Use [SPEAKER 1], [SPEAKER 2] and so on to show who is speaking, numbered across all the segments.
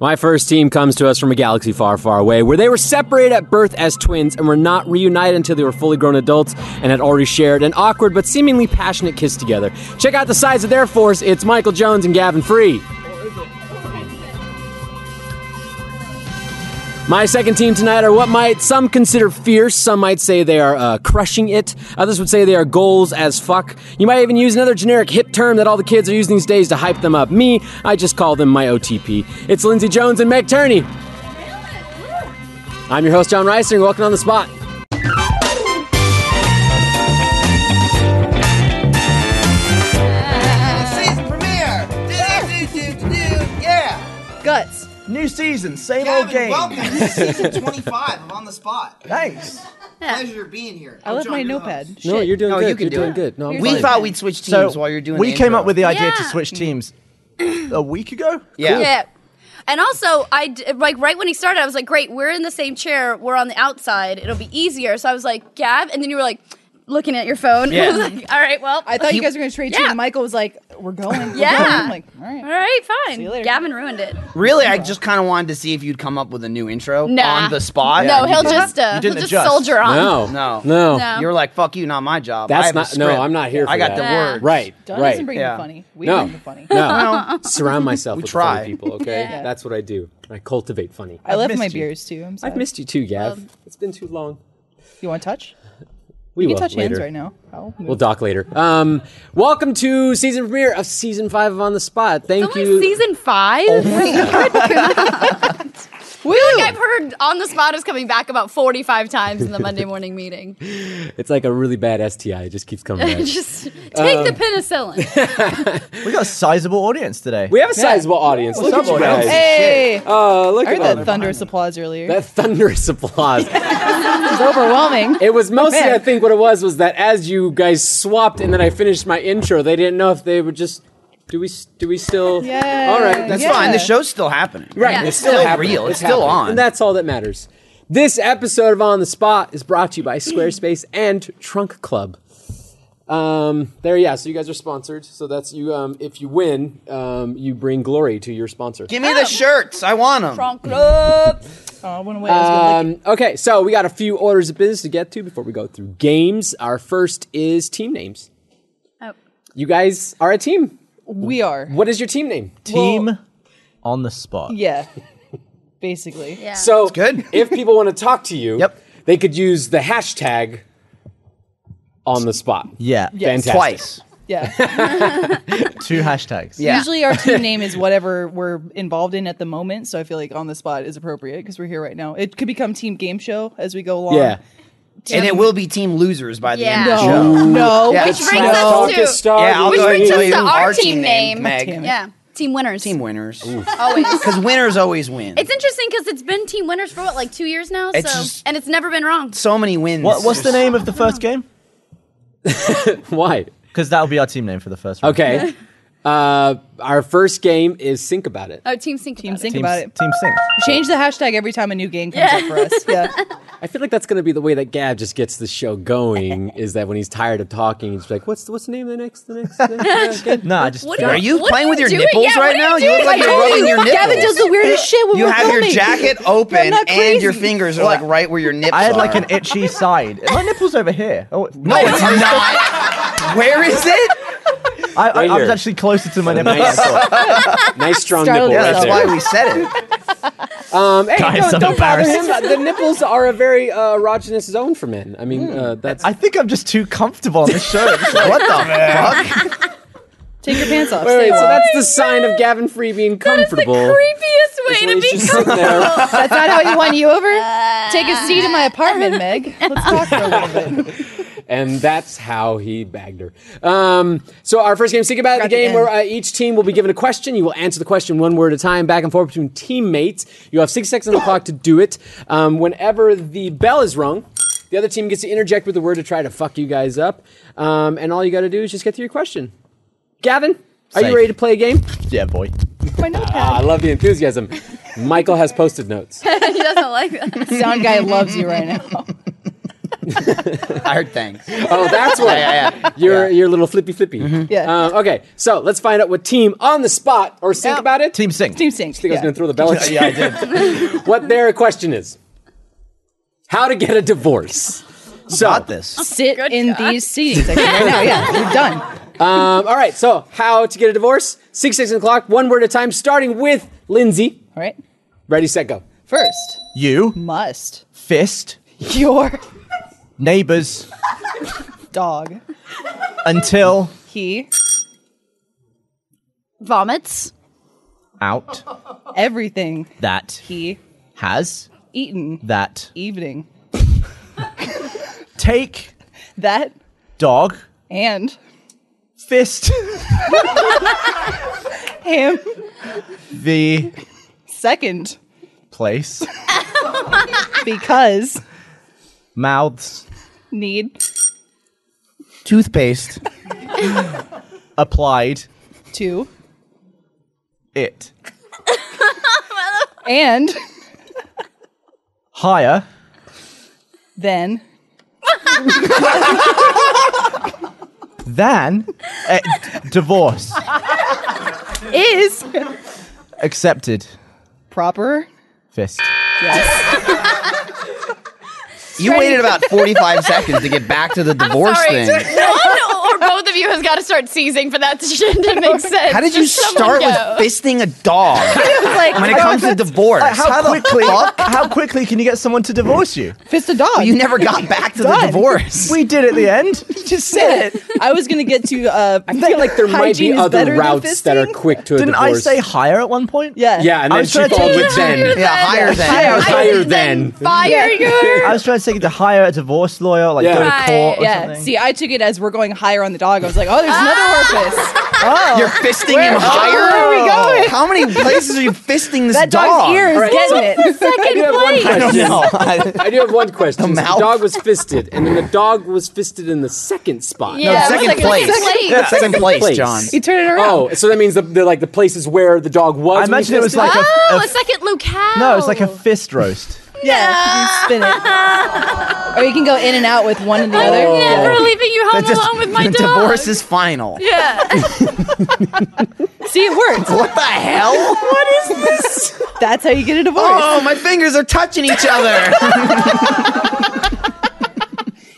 [SPEAKER 1] My first team comes to us from a galaxy far, far away, where they were separated at birth as twins and were not reunited until they were fully grown adults and had already shared an awkward but seemingly passionate kiss together. Check out the sides of their force. It's Michael Jones and Gavin Free. My second team tonight are what might some consider fierce. Some might say they are uh, crushing it. Others would say they are goals as fuck. You might even use another generic hip term that all the kids are using these days to hype them up. Me, I just call them my OTP. It's Lindsey Jones and Meg Turney. I'm your host, John Reiser, and welcome on the spot.
[SPEAKER 2] Season premiere! Do-do-do-do-do-do. Yeah!
[SPEAKER 3] Guts.
[SPEAKER 4] New season, same old
[SPEAKER 2] Gavin,
[SPEAKER 4] game.
[SPEAKER 2] welcome to season 25 of On the Spot.
[SPEAKER 4] Thanks.
[SPEAKER 2] Pleasure being here.
[SPEAKER 3] I
[SPEAKER 2] I'm
[SPEAKER 3] left
[SPEAKER 2] John,
[SPEAKER 3] my
[SPEAKER 2] your
[SPEAKER 3] notepad.
[SPEAKER 2] host.
[SPEAKER 1] No,
[SPEAKER 3] Shit.
[SPEAKER 1] you're doing
[SPEAKER 5] No,
[SPEAKER 1] good.
[SPEAKER 5] you can
[SPEAKER 1] are
[SPEAKER 5] do
[SPEAKER 1] doing
[SPEAKER 5] it.
[SPEAKER 1] good. No, I'm
[SPEAKER 3] Here's
[SPEAKER 1] fine.
[SPEAKER 5] We
[SPEAKER 3] the-
[SPEAKER 5] thought we'd switch teams while you're doing.
[SPEAKER 4] we
[SPEAKER 5] the
[SPEAKER 4] came
[SPEAKER 5] intro.
[SPEAKER 4] up with the idea to
[SPEAKER 6] Yeah.
[SPEAKER 4] switch teams a week ago.
[SPEAKER 5] Yeah.
[SPEAKER 6] Yeah. And also, I d- like right when he started, I was like, "Great, we're in the same chair. We're on the outside. It'll be easier." So I was like, "Gab," and then you were like, looking at your phone. I
[SPEAKER 5] Yeah.
[SPEAKER 6] was like, "All right, well,
[SPEAKER 3] I thought you guys were going to trade
[SPEAKER 6] Yeah.
[SPEAKER 3] teams. And Michael was like, we're going. we're
[SPEAKER 6] Yeah.
[SPEAKER 3] going." I'm like, all
[SPEAKER 6] all
[SPEAKER 3] right.
[SPEAKER 6] right, fine."
[SPEAKER 3] you later.
[SPEAKER 6] Gavin ruined it.
[SPEAKER 5] Really, I just kind of wanted to see if you'd come up with a new intro
[SPEAKER 6] Nah.
[SPEAKER 5] on the spot.
[SPEAKER 6] No,
[SPEAKER 5] You
[SPEAKER 6] he'll
[SPEAKER 5] didn't.
[SPEAKER 6] just uh, he'll
[SPEAKER 4] didn't
[SPEAKER 6] just
[SPEAKER 4] adjust.
[SPEAKER 6] soldier on.
[SPEAKER 1] No.
[SPEAKER 5] No.
[SPEAKER 1] No.
[SPEAKER 6] No.
[SPEAKER 5] You were like, "Fuck you, not my job."
[SPEAKER 1] That's
[SPEAKER 5] I have a
[SPEAKER 1] not- no,
[SPEAKER 5] script.
[SPEAKER 1] I'm not here for
[SPEAKER 5] I got
[SPEAKER 1] that.
[SPEAKER 5] the
[SPEAKER 6] Yeah.
[SPEAKER 5] word.
[SPEAKER 1] Right.
[SPEAKER 3] Don
[SPEAKER 1] right.
[SPEAKER 3] doesn't bring
[SPEAKER 5] Yeah.
[SPEAKER 3] the funny. We
[SPEAKER 1] No.
[SPEAKER 3] bring the funny.
[SPEAKER 1] No. Surround myself with
[SPEAKER 5] try.
[SPEAKER 1] funny people, okay?
[SPEAKER 6] Yeah.
[SPEAKER 1] That's what I do. I cultivate funny.
[SPEAKER 3] I left my
[SPEAKER 4] missed you.
[SPEAKER 3] beers too. I'm sorry.
[SPEAKER 1] I've missed you too, Gav. it's been too long.
[SPEAKER 3] You want to touch?
[SPEAKER 1] We
[SPEAKER 3] You
[SPEAKER 1] will
[SPEAKER 3] can touch
[SPEAKER 1] later.
[SPEAKER 3] hands right now. I'll move.
[SPEAKER 1] We'll dock later. Um, welcome to season premiere of season five of On the Spot. Thank
[SPEAKER 6] Only
[SPEAKER 1] you. Oh.
[SPEAKER 6] season five. I feel like I've heard on the spot is coming back about forty five times in the Monday morning meeting.
[SPEAKER 1] It's like a really bad STI. It just keeps coming back.
[SPEAKER 6] Just take
[SPEAKER 1] Um,
[SPEAKER 6] the penicillin.
[SPEAKER 4] We got a sizable audience today.
[SPEAKER 1] we have a sizable audience. Look at
[SPEAKER 4] up,
[SPEAKER 1] you guys.
[SPEAKER 4] audience?
[SPEAKER 3] Hey!
[SPEAKER 1] Uh, look
[SPEAKER 3] I heard
[SPEAKER 1] at
[SPEAKER 3] that
[SPEAKER 1] that.
[SPEAKER 3] thunderous applause earlier. Oh,
[SPEAKER 1] that thunderous applause.
[SPEAKER 3] it was overwhelming.
[SPEAKER 1] It was mostly,
[SPEAKER 3] Man.
[SPEAKER 1] I think, what it was was that as you guys swapped and then I finished my intro, they didn't know if they were just. Do we? Do we still?
[SPEAKER 3] Yeah.
[SPEAKER 1] All right.
[SPEAKER 5] That's
[SPEAKER 3] Yeah.
[SPEAKER 5] fine. The show's still happening.
[SPEAKER 1] Right.
[SPEAKER 6] Yeah.
[SPEAKER 5] It's still real. It's still
[SPEAKER 1] happening.
[SPEAKER 5] on.
[SPEAKER 1] And that's all that matters. This episode of On the Spot is brought to you by Squarespace and Trunk Club. Um, there, yeah. So you guys are sponsored. So that's you. Um, if you win, um, you bring glory to your sponsor.
[SPEAKER 5] Give me the shirts. I want them.
[SPEAKER 6] Wrong club.
[SPEAKER 3] Oh, I went away. I was gonna lick
[SPEAKER 1] Um, okay, so we got a few orders of business to get to before we go through games. Our first is team names.
[SPEAKER 6] Oh.
[SPEAKER 1] You guys are a team.
[SPEAKER 3] it. we are.
[SPEAKER 1] What is your team name?
[SPEAKER 4] Team on the spot.
[SPEAKER 3] Yeah. Basically.
[SPEAKER 6] Yeah.
[SPEAKER 1] So
[SPEAKER 5] good.
[SPEAKER 1] if people want to talk to you,
[SPEAKER 5] Yep.
[SPEAKER 1] they could use the hashtag on the spot.
[SPEAKER 4] Yeah.
[SPEAKER 1] Fantastic.
[SPEAKER 5] Twice.
[SPEAKER 3] Yeah.
[SPEAKER 4] Two hashtags.
[SPEAKER 5] Yeah.
[SPEAKER 3] Usually our team name is whatever we're involved in at the moment. So I feel like on the spot is appropriate because we're here right now. It could become team game show as we go along.
[SPEAKER 1] Yeah.
[SPEAKER 5] and it will be team losers by the end of the
[SPEAKER 6] Yeah.
[SPEAKER 5] show.
[SPEAKER 3] No.
[SPEAKER 5] Yeah.
[SPEAKER 6] Which brings
[SPEAKER 1] Let's
[SPEAKER 6] us
[SPEAKER 1] talk
[SPEAKER 6] to-
[SPEAKER 1] is starting.
[SPEAKER 5] Yeah, I'll
[SPEAKER 6] Which
[SPEAKER 5] go ahead
[SPEAKER 6] brings
[SPEAKER 5] and tell
[SPEAKER 6] us
[SPEAKER 5] you
[SPEAKER 6] to our
[SPEAKER 5] our
[SPEAKER 6] team
[SPEAKER 5] team
[SPEAKER 6] name.
[SPEAKER 5] name, Meg.
[SPEAKER 6] Yeah. Team winners.
[SPEAKER 5] Team winners.
[SPEAKER 6] always.
[SPEAKER 5] Because winners always win.
[SPEAKER 6] It's interesting because it's been team winners for what, like two years now?
[SPEAKER 5] It's
[SPEAKER 6] so
[SPEAKER 5] just-
[SPEAKER 6] and it's never been wrong.
[SPEAKER 5] so many wins.
[SPEAKER 4] What, what's the name of the first game?
[SPEAKER 1] Why?
[SPEAKER 4] Because that'll be our team name for the first one.
[SPEAKER 1] Okay. uh, our first game is Think About It.
[SPEAKER 6] Oh, team sync.
[SPEAKER 3] Team
[SPEAKER 6] about it.
[SPEAKER 3] think
[SPEAKER 4] Team,
[SPEAKER 3] about it.
[SPEAKER 4] team Sync.
[SPEAKER 3] Change the hashtag every time a new game comes up for us. Yeah.
[SPEAKER 1] I feel like that's going to be the way that Gab just gets the show going is that when he's tired of talking, he's like, what's the, what's the name of the next, the next, the next game?
[SPEAKER 4] No, I just.
[SPEAKER 6] What
[SPEAKER 5] Are
[SPEAKER 6] do
[SPEAKER 5] you
[SPEAKER 6] What
[SPEAKER 5] playing
[SPEAKER 6] are
[SPEAKER 5] with
[SPEAKER 6] you
[SPEAKER 5] your
[SPEAKER 6] doing?
[SPEAKER 5] nipples
[SPEAKER 6] Yeah, what
[SPEAKER 5] right
[SPEAKER 6] are
[SPEAKER 5] now?
[SPEAKER 6] you
[SPEAKER 5] You look
[SPEAKER 6] doing?
[SPEAKER 5] like
[SPEAKER 6] I
[SPEAKER 5] you're
[SPEAKER 6] told
[SPEAKER 5] rubbing
[SPEAKER 6] you,
[SPEAKER 5] your nipples.
[SPEAKER 3] Gavin does the weirdest shit when
[SPEAKER 5] you
[SPEAKER 3] we're
[SPEAKER 5] have your
[SPEAKER 3] filming.
[SPEAKER 5] jacket open
[SPEAKER 3] not
[SPEAKER 5] and your
[SPEAKER 3] crazy.
[SPEAKER 5] fingers are like right where your nipples
[SPEAKER 4] I had like
[SPEAKER 5] are.
[SPEAKER 4] an itchy side. My nipple's over here. Oh
[SPEAKER 5] No, it's not. Where is it?
[SPEAKER 4] I, I,
[SPEAKER 1] Right
[SPEAKER 4] I was
[SPEAKER 1] here.
[SPEAKER 4] actually closer to my nipple.
[SPEAKER 1] nice, nice strong
[SPEAKER 3] Startled
[SPEAKER 1] nipple
[SPEAKER 5] Yeah,
[SPEAKER 3] us.
[SPEAKER 1] right
[SPEAKER 5] that's
[SPEAKER 1] there.
[SPEAKER 5] why we said it.
[SPEAKER 1] Um, hey,
[SPEAKER 4] Guys,
[SPEAKER 1] don't,
[SPEAKER 4] I'm
[SPEAKER 1] don't bother him.
[SPEAKER 4] embarrassed.
[SPEAKER 1] The nipples are a very uh, erogenous zone for men. I mean, uh, that's.
[SPEAKER 4] I think I'm just too comfortable on this show. It's like,
[SPEAKER 5] What the fuck?
[SPEAKER 3] Take your pants off.
[SPEAKER 1] Wait,
[SPEAKER 3] Stay
[SPEAKER 1] wait,
[SPEAKER 3] a
[SPEAKER 1] so
[SPEAKER 3] while.
[SPEAKER 1] that's the sign of Gavin Free being comfortable.
[SPEAKER 6] Creepiest
[SPEAKER 1] This
[SPEAKER 6] way to
[SPEAKER 1] lady's
[SPEAKER 6] be
[SPEAKER 1] just sitting there.
[SPEAKER 3] That's not how he won you over. Take a seat in my apartment, Meg. Let's talk for a little bit.
[SPEAKER 1] and that's how he bagged her. Um, so our first game, think about the
[SPEAKER 3] Got the
[SPEAKER 1] game
[SPEAKER 3] end.
[SPEAKER 1] where uh, each team will be given a question. You will answer the question one word at a time, back and forth between teammates. You have six seconds on the clock to do it. Um, whenever the bell is rung, the other team gets to interject with the word to try to fuck you guys up. Um, and all you got to do is just get through your question. Gavin, are you
[SPEAKER 4] Safe.
[SPEAKER 1] ready to play a game?
[SPEAKER 4] yeah, boy.
[SPEAKER 3] My notepad.
[SPEAKER 1] I love the enthusiasm. Michael has posted notes.
[SPEAKER 6] he doesn't like that.
[SPEAKER 3] Sound guy loves you right now.
[SPEAKER 5] I heard thanks.
[SPEAKER 1] Oh, that's why.
[SPEAKER 5] Yeah, yeah, Mm-hmm. yeah.
[SPEAKER 1] Your your little flippy flippy.
[SPEAKER 3] Yeah.
[SPEAKER 1] Um, okay, so let's find out what team on the spot or think
[SPEAKER 3] Yeah.
[SPEAKER 1] about it.
[SPEAKER 4] Team Sing.
[SPEAKER 3] Team Sync.
[SPEAKER 1] I think I was
[SPEAKER 3] yeah.
[SPEAKER 1] going to throw the bell at you. yeah, I did. what their question is: How to get a divorce. So,
[SPEAKER 4] Got this.
[SPEAKER 3] Sit
[SPEAKER 6] Good
[SPEAKER 3] in
[SPEAKER 6] God.
[SPEAKER 3] these seats. I can right now. Yeah, we're done.
[SPEAKER 1] um, all right. So, how to get a divorce? Six, six o'clock. One word at a time. Starting with Lindsay.
[SPEAKER 3] All right.
[SPEAKER 1] Ready, set, go.
[SPEAKER 3] First,
[SPEAKER 4] You,
[SPEAKER 3] must
[SPEAKER 4] fist,
[SPEAKER 3] your
[SPEAKER 4] neighbors,
[SPEAKER 3] dog.
[SPEAKER 4] until
[SPEAKER 3] He
[SPEAKER 6] Vomits.
[SPEAKER 4] out
[SPEAKER 3] everything
[SPEAKER 4] that
[SPEAKER 3] he
[SPEAKER 4] has
[SPEAKER 3] eaten
[SPEAKER 4] that
[SPEAKER 3] evening
[SPEAKER 4] take
[SPEAKER 3] that
[SPEAKER 4] dog
[SPEAKER 3] and
[SPEAKER 4] fist
[SPEAKER 3] him
[SPEAKER 4] the
[SPEAKER 3] second
[SPEAKER 4] place
[SPEAKER 3] because
[SPEAKER 4] mouths
[SPEAKER 3] need
[SPEAKER 5] Toothpaste.
[SPEAKER 4] applied
[SPEAKER 3] to
[SPEAKER 4] it
[SPEAKER 3] and
[SPEAKER 4] higher
[SPEAKER 3] then
[SPEAKER 4] than eh, divorce
[SPEAKER 3] is
[SPEAKER 4] accepted
[SPEAKER 3] proper.
[SPEAKER 4] fist
[SPEAKER 3] Yes.
[SPEAKER 5] You waited about 45 seconds to get back to the divorce
[SPEAKER 6] Sorry,
[SPEAKER 5] thing.
[SPEAKER 6] one or both of you has got to start seizing for that shit to make sense.
[SPEAKER 5] How did you
[SPEAKER 6] Just someone
[SPEAKER 5] start with
[SPEAKER 6] go.
[SPEAKER 5] fisting a dog when it comes to divorce?
[SPEAKER 4] how,
[SPEAKER 5] the
[SPEAKER 4] quickly
[SPEAKER 5] fuck?
[SPEAKER 4] how quickly can you get someone to divorce you
[SPEAKER 3] Fist a dog.
[SPEAKER 5] You never got back to the
[SPEAKER 3] Done.
[SPEAKER 5] divorce.
[SPEAKER 4] we did at the end
[SPEAKER 3] just said it. I was gonna get to. Uh,
[SPEAKER 1] I feel like there might be other routes that are quick to a
[SPEAKER 4] didn't i
[SPEAKER 1] divorce.
[SPEAKER 4] say higher at one point
[SPEAKER 3] Yeah.
[SPEAKER 1] Yeah, and then
[SPEAKER 4] I was
[SPEAKER 1] she
[SPEAKER 4] trying to
[SPEAKER 1] followed
[SPEAKER 4] take
[SPEAKER 1] with then.
[SPEAKER 5] Yeah, higher than.
[SPEAKER 1] Higher.
[SPEAKER 6] I
[SPEAKER 1] Higher
[SPEAKER 6] didn't
[SPEAKER 1] than.
[SPEAKER 6] fire your
[SPEAKER 4] I was trying to take it to hire a divorce lawyer, like
[SPEAKER 1] Yeah.
[SPEAKER 4] go to court or
[SPEAKER 3] Yeah.
[SPEAKER 4] something.
[SPEAKER 3] See, I took it as we're going higher on the dog. I was like, oh, there's
[SPEAKER 1] Ah!
[SPEAKER 3] another orifice.
[SPEAKER 5] You're fisting him higher?
[SPEAKER 3] where are we going?
[SPEAKER 5] How many places are you fisting this
[SPEAKER 3] That
[SPEAKER 5] dog?
[SPEAKER 3] dog's ear is
[SPEAKER 1] All right,
[SPEAKER 3] getting it.
[SPEAKER 1] I do
[SPEAKER 6] second
[SPEAKER 1] have one
[SPEAKER 6] place.
[SPEAKER 1] question.
[SPEAKER 5] No.
[SPEAKER 1] I do have one question. So
[SPEAKER 5] The mouth?
[SPEAKER 1] dog was fisted, and then the dog was fisted in the second spot.
[SPEAKER 6] Yeah, it
[SPEAKER 5] No,
[SPEAKER 6] was
[SPEAKER 5] second
[SPEAKER 6] like
[SPEAKER 5] place.
[SPEAKER 6] place.
[SPEAKER 5] Yeah, Second
[SPEAKER 1] place.
[SPEAKER 5] place, John.
[SPEAKER 3] He turned it around.
[SPEAKER 1] Oh, so that means the, the like the places where the dog was.
[SPEAKER 4] I
[SPEAKER 1] when
[SPEAKER 4] imagine it was
[SPEAKER 1] fisted?
[SPEAKER 4] like a,
[SPEAKER 6] Oh,
[SPEAKER 4] a-
[SPEAKER 6] a second locale.
[SPEAKER 4] no, it's like
[SPEAKER 6] oh.
[SPEAKER 4] a fist roast.
[SPEAKER 3] Uh,
[SPEAKER 1] Oh.
[SPEAKER 3] Yeah, you spin it. or you can go in and out with one and the
[SPEAKER 1] Oh.
[SPEAKER 6] I'm
[SPEAKER 3] other.
[SPEAKER 6] never leaving you home
[SPEAKER 5] That just-
[SPEAKER 6] alone with my
[SPEAKER 5] the
[SPEAKER 6] dog.
[SPEAKER 5] divorce is final.
[SPEAKER 6] Yeah.
[SPEAKER 3] See, it works.
[SPEAKER 5] What the hell?
[SPEAKER 3] That's how you get a divorce.
[SPEAKER 5] Oh, my fingers are touching each other.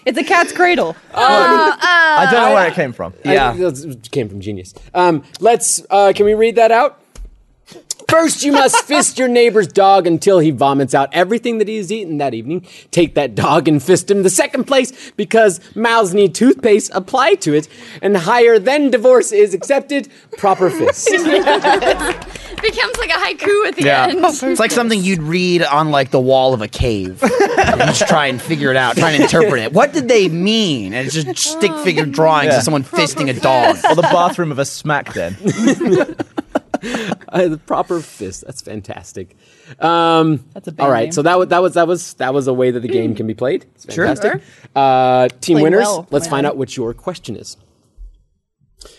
[SPEAKER 3] It's a cat's cradle.
[SPEAKER 4] I don't know where it came from.
[SPEAKER 1] I- that's- it came from genius. Um, let's. Uh, can we read that out? First, you must fist your neighbor's dog until he vomits out everything that he has eaten that evening. Take that dog and fist him. The second place, because mouths need toothpaste, apply to it, and higher than divorce is accepted. Proper fist.
[SPEAKER 6] Becomes like a haiku at the
[SPEAKER 5] Yeah.
[SPEAKER 6] end.
[SPEAKER 5] It's like something you'd read on like the wall of a cave. and just try and figure it out, try and interpret it. What did they mean? And it's just stick figure drawings
[SPEAKER 4] Yeah.
[SPEAKER 5] of someone fisting a dog.
[SPEAKER 4] Or the bathroom of a smack then.
[SPEAKER 1] Uh, the proper fist. That's fantastic. Um,
[SPEAKER 3] That's a bad
[SPEAKER 1] all right.
[SPEAKER 3] name. Mm.
[SPEAKER 1] So that was that was that was that was a way that the game can be played. It's
[SPEAKER 5] Sure.
[SPEAKER 1] fantastic. Uh, team
[SPEAKER 3] Played
[SPEAKER 1] winners.
[SPEAKER 3] well,
[SPEAKER 1] let's find
[SPEAKER 3] Landon.
[SPEAKER 1] out what your question is.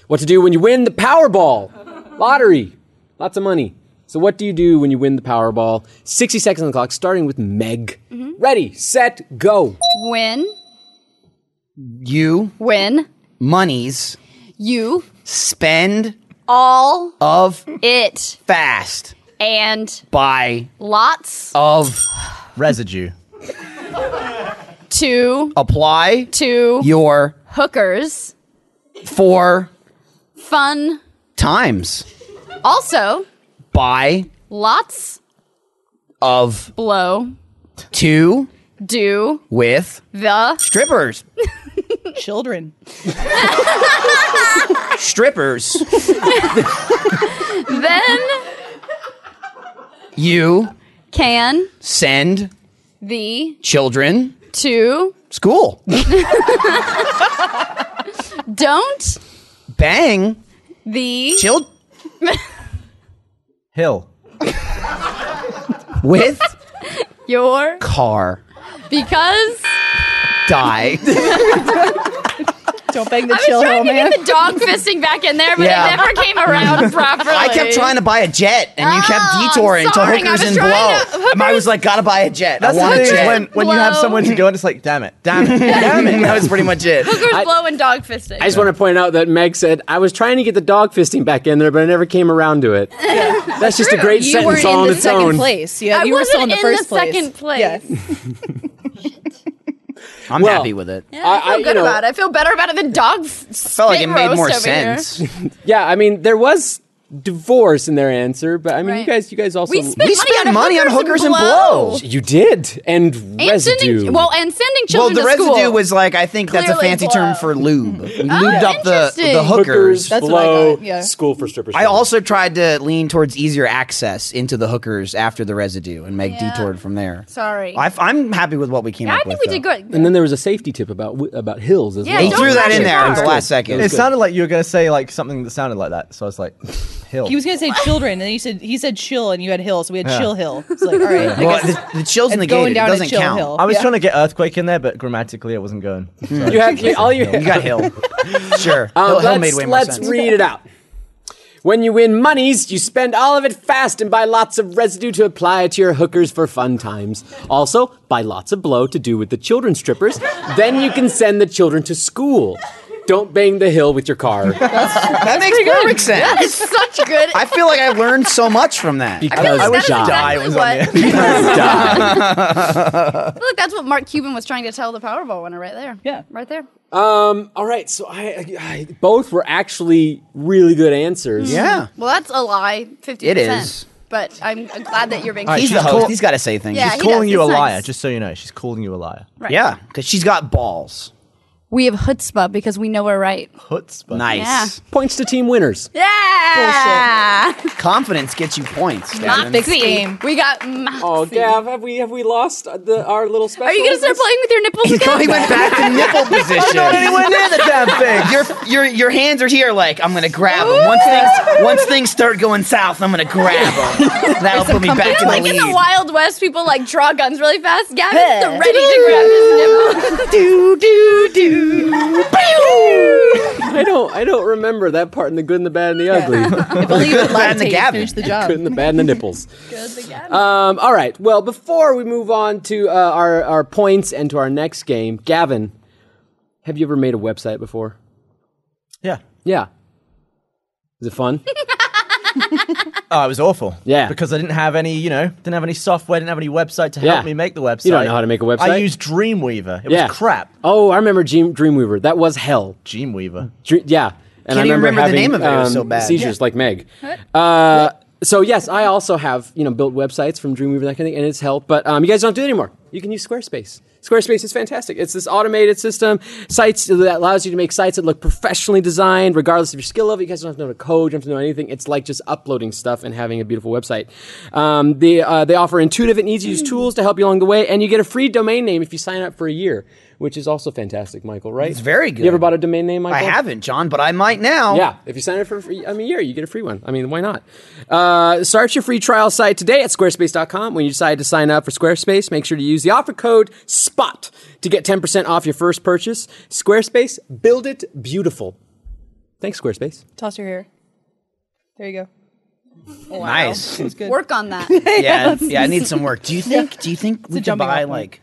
[SPEAKER 1] What to do when you win the Powerball lottery? Lots of money. So what do you do when you win the Powerball? Sixty seconds on the clock, starting with Meg.
[SPEAKER 3] Mm-hmm.
[SPEAKER 1] Ready, set, go.
[SPEAKER 6] Win,
[SPEAKER 5] You
[SPEAKER 6] win,
[SPEAKER 5] monies
[SPEAKER 6] you,
[SPEAKER 5] spend
[SPEAKER 6] all
[SPEAKER 5] of
[SPEAKER 6] it,
[SPEAKER 5] fast
[SPEAKER 6] and
[SPEAKER 5] by
[SPEAKER 6] lots
[SPEAKER 5] of
[SPEAKER 4] Residue.
[SPEAKER 6] to
[SPEAKER 5] apply
[SPEAKER 6] to
[SPEAKER 5] your
[SPEAKER 6] hookers.
[SPEAKER 5] four
[SPEAKER 6] Fun.
[SPEAKER 5] times
[SPEAKER 6] Also,
[SPEAKER 5] by
[SPEAKER 6] lots
[SPEAKER 5] of
[SPEAKER 6] blow.
[SPEAKER 5] two
[SPEAKER 6] Do
[SPEAKER 5] with
[SPEAKER 6] the
[SPEAKER 5] strippers
[SPEAKER 3] Children.
[SPEAKER 5] strippers
[SPEAKER 6] then
[SPEAKER 5] you
[SPEAKER 6] can
[SPEAKER 5] send
[SPEAKER 6] the
[SPEAKER 5] children
[SPEAKER 6] to
[SPEAKER 5] school
[SPEAKER 6] don't
[SPEAKER 5] bang
[SPEAKER 6] the
[SPEAKER 5] child
[SPEAKER 4] Hill.
[SPEAKER 5] with
[SPEAKER 6] your
[SPEAKER 5] car
[SPEAKER 6] because
[SPEAKER 5] die
[SPEAKER 3] Don't bang
[SPEAKER 6] I
[SPEAKER 3] the
[SPEAKER 6] was
[SPEAKER 3] chill
[SPEAKER 6] trying
[SPEAKER 3] hole,
[SPEAKER 6] to
[SPEAKER 3] man.
[SPEAKER 6] get the dog fisting back in there, but
[SPEAKER 5] Yeah.
[SPEAKER 6] it never came around properly.
[SPEAKER 5] I kept trying to buy a jet, and you kept
[SPEAKER 6] Oh,
[SPEAKER 5] detouring to
[SPEAKER 6] sorry, I
[SPEAKER 5] hookers
[SPEAKER 6] was
[SPEAKER 5] and
[SPEAKER 6] trying
[SPEAKER 5] blow.
[SPEAKER 6] to- hookers-
[SPEAKER 5] And I was like, gotta buy a jet.
[SPEAKER 4] That's
[SPEAKER 5] I
[SPEAKER 4] the
[SPEAKER 5] want a
[SPEAKER 4] thing is
[SPEAKER 5] jet.
[SPEAKER 4] when, when you have
[SPEAKER 6] Blow.
[SPEAKER 4] someone to go and it's like, damn it, damn it, damn it.
[SPEAKER 5] that was pretty much it.
[SPEAKER 6] Hookers
[SPEAKER 1] I-
[SPEAKER 6] blow and dog fisting.
[SPEAKER 1] I just want to point out that Meg said, I was trying to get the dog fisting back in there, but I never came around to it. That's just a great
[SPEAKER 3] you
[SPEAKER 1] sentence
[SPEAKER 3] weren't
[SPEAKER 1] all on
[SPEAKER 3] in the
[SPEAKER 1] its
[SPEAKER 3] second
[SPEAKER 1] own.
[SPEAKER 3] place. Yeah,
[SPEAKER 6] I
[SPEAKER 3] you were still in the
[SPEAKER 6] wasn't in
[SPEAKER 3] first
[SPEAKER 6] the
[SPEAKER 3] place.
[SPEAKER 6] second place.
[SPEAKER 3] Yes.
[SPEAKER 5] I'm
[SPEAKER 1] Well,
[SPEAKER 5] happy with it.
[SPEAKER 6] Yeah, I,
[SPEAKER 1] I-
[SPEAKER 6] feel
[SPEAKER 1] I- you
[SPEAKER 6] good
[SPEAKER 1] know-
[SPEAKER 6] about it. I feel better about it than dog f-
[SPEAKER 5] Felt like
[SPEAKER 6] spit
[SPEAKER 5] it made more
[SPEAKER 6] roast over here.
[SPEAKER 5] sense.
[SPEAKER 1] Yeah, I mean, there was divorce in their answer, but I mean, you
[SPEAKER 6] Right.
[SPEAKER 1] guys, you guys also.
[SPEAKER 6] We spent,
[SPEAKER 5] We spent money on hookers and blow.
[SPEAKER 1] you did, and,
[SPEAKER 6] And
[SPEAKER 1] residue.
[SPEAKER 6] sending, well, and sending
[SPEAKER 5] Well,
[SPEAKER 6] children
[SPEAKER 5] the
[SPEAKER 6] to
[SPEAKER 5] residue
[SPEAKER 6] school.
[SPEAKER 5] was like I think that's a
[SPEAKER 6] Clearly
[SPEAKER 5] fancy
[SPEAKER 6] blow.
[SPEAKER 5] term for lube. We lubed up the the
[SPEAKER 6] interesting.
[SPEAKER 5] hookers.
[SPEAKER 3] That's what I
[SPEAKER 1] blow,
[SPEAKER 3] got, yeah.
[SPEAKER 1] school for strippers.
[SPEAKER 5] I also tried to lean towards easier access into the hookers after the residue, and Meg
[SPEAKER 6] Yeah.
[SPEAKER 5] detoured from there.
[SPEAKER 6] Sorry.
[SPEAKER 5] I, am happy with what we came
[SPEAKER 6] I
[SPEAKER 5] up
[SPEAKER 6] think
[SPEAKER 5] with.
[SPEAKER 6] we did
[SPEAKER 5] though.
[SPEAKER 6] good.
[SPEAKER 1] And then there was a safety tip about w- about hills as
[SPEAKER 6] Yeah,
[SPEAKER 1] well.
[SPEAKER 5] He
[SPEAKER 6] Don't
[SPEAKER 5] threw that
[SPEAKER 6] crash
[SPEAKER 5] in
[SPEAKER 6] your
[SPEAKER 5] there at the
[SPEAKER 6] car.
[SPEAKER 5] last second.
[SPEAKER 1] It
[SPEAKER 4] It,
[SPEAKER 1] was good.
[SPEAKER 4] sounded like you were going to say like something that sounded like that. So I was like, hill.
[SPEAKER 3] He was gonna say children, and then you said he said chill, and you had hill, so we had chill hill. It's like all right, I
[SPEAKER 5] Well,
[SPEAKER 3] guess
[SPEAKER 5] the, the chill's in
[SPEAKER 3] it's
[SPEAKER 5] the
[SPEAKER 3] going
[SPEAKER 5] gate. It
[SPEAKER 3] down a
[SPEAKER 5] doesn't
[SPEAKER 3] chill
[SPEAKER 5] count.
[SPEAKER 3] hill.
[SPEAKER 4] I was
[SPEAKER 3] Yeah.
[SPEAKER 4] trying to get earthquake in there, but grammatically it wasn't going. So-
[SPEAKER 1] you have you- all you.
[SPEAKER 5] You got hill. sure.
[SPEAKER 1] Um,
[SPEAKER 5] hill, hill
[SPEAKER 1] let's
[SPEAKER 5] made way more
[SPEAKER 1] let's
[SPEAKER 5] sense.
[SPEAKER 1] read it out. When you win monies, you spend all of it fast and buy lots of residue to apply it to your hookers for fun times. Also, buy lots of blow to do with the children strippers. then you can send the children to school. Don't bang the hill with your car.
[SPEAKER 5] that makes perfect sense.
[SPEAKER 6] It's such good.
[SPEAKER 5] I feel like I learned so much from that.
[SPEAKER 1] Because
[SPEAKER 6] feel like
[SPEAKER 1] I
[SPEAKER 6] that
[SPEAKER 1] would
[SPEAKER 6] is
[SPEAKER 1] die.
[SPEAKER 6] exactly
[SPEAKER 4] was on
[SPEAKER 6] what.
[SPEAKER 4] the
[SPEAKER 1] die.
[SPEAKER 6] I feel like that's what Mark Cuban was trying to tell the Powerball winner right there.
[SPEAKER 3] Yeah.
[SPEAKER 6] Right there.
[SPEAKER 1] All right, so I, I, I both were actually really good answers.
[SPEAKER 5] yeah.
[SPEAKER 6] Well, that's a lie. 50%.
[SPEAKER 5] It is.
[SPEAKER 6] But I'm glad that you're being
[SPEAKER 5] He's the
[SPEAKER 6] truthful.
[SPEAKER 5] host. He's got to say things.
[SPEAKER 6] Yeah,
[SPEAKER 5] He's-
[SPEAKER 6] he
[SPEAKER 4] calling
[SPEAKER 6] does.
[SPEAKER 4] you a
[SPEAKER 6] It's nice.
[SPEAKER 4] liar, just so you know. She's calling you a liar.
[SPEAKER 6] Right.
[SPEAKER 5] yeah, because she's got balls.
[SPEAKER 6] We have chutzpah because we know we're right.
[SPEAKER 4] Chutzpah.
[SPEAKER 5] Nice.
[SPEAKER 1] Points to team winners.
[SPEAKER 6] Yeah.
[SPEAKER 5] Confidence gets you points. Gavin.
[SPEAKER 3] Big game.
[SPEAKER 6] We got Moxie.
[SPEAKER 1] Oh, Gav, have we have we lost the, our little special?
[SPEAKER 6] Are you going to start playing with your nipples
[SPEAKER 5] Oh, He
[SPEAKER 6] again?
[SPEAKER 5] went back to nipple position.
[SPEAKER 4] Anywhere near the damn thing.
[SPEAKER 5] Your, your your hands are here. Like I'm gonna grab them. Once things once things start going south, I'm gonna grab them. That'll put me back
[SPEAKER 6] You
[SPEAKER 5] to
[SPEAKER 6] know,
[SPEAKER 5] the
[SPEAKER 6] like in the
[SPEAKER 5] lead.
[SPEAKER 6] Wild West, people like draw guns really fast. Gavin's the ready to grab his nipple.
[SPEAKER 1] I don't I don't remember that part in the good and the bad and the ugly.
[SPEAKER 3] if only you would
[SPEAKER 5] Glad
[SPEAKER 3] like
[SPEAKER 5] the
[SPEAKER 3] to
[SPEAKER 5] Gavin.
[SPEAKER 3] finish the job.
[SPEAKER 1] good and the bad and the nipples.
[SPEAKER 6] Uh,
[SPEAKER 1] Um, all right. Well, before we move on to uh, our our points and to our next game, Gavin, have you ever made a website before?
[SPEAKER 4] Yeah.
[SPEAKER 1] Yeah. Is it fun?
[SPEAKER 4] Oh, it was awful.
[SPEAKER 1] Yeah.
[SPEAKER 4] Because I didn't have any, you know, didn't have any software, didn't have any website to
[SPEAKER 1] Yeah.
[SPEAKER 4] help me make the website.
[SPEAKER 1] You don't know how to make a website?
[SPEAKER 4] I used Dreamweaver. It
[SPEAKER 1] yeah.
[SPEAKER 4] was crap.
[SPEAKER 1] Oh, I remember Dream, Dreamweaver. That was hell.
[SPEAKER 4] Dreamweaver.
[SPEAKER 1] Dr- yeah. And I
[SPEAKER 5] Can't even
[SPEAKER 1] remember,
[SPEAKER 5] remember the
[SPEAKER 1] having,
[SPEAKER 5] name of it. It was
[SPEAKER 1] um,
[SPEAKER 5] so bad.
[SPEAKER 1] Seizures like Meg. Uh, so yes, I also have you know built websites from Dreamweaver that kind of thing, and it's helped. But um, you guys don't do it anymore. You can use Squarespace. Squarespace is fantastic. It's this automated system sites that allows you to make sites that look professionally designed, regardless of your skill level. You guys don't have to know to code. You don't have to know anything. It's like just uploading stuff and having a beautiful website. Um, they uh, they offer intuitive and easy to use tools to help you along the way, and you get a free domain name if you sign up for a year, which is also fantastic. Michael, right?
[SPEAKER 5] It's very good.
[SPEAKER 1] You ever bought a domain name,
[SPEAKER 5] I
[SPEAKER 1] Michael?
[SPEAKER 5] haven't, John, but I might now.
[SPEAKER 1] Yeah, if you sign up for a free, I mean, year, you get a free one. I mean, why not? Uh, start your free trial site today at squarespace.com. When you decide to sign up for Squarespace, make sure to use the offer code SPOT to get 10% off your first purchase. Squarespace, build it beautiful. Thanks, Squarespace.
[SPEAKER 3] Toss your hair. There you go.
[SPEAKER 5] Nice.
[SPEAKER 3] It's good.
[SPEAKER 6] Work on that.
[SPEAKER 5] Yeah, yeah. I need some work. Do you think? Do you think we could
[SPEAKER 3] jumping
[SPEAKER 5] buy
[SPEAKER 3] off point.
[SPEAKER 5] like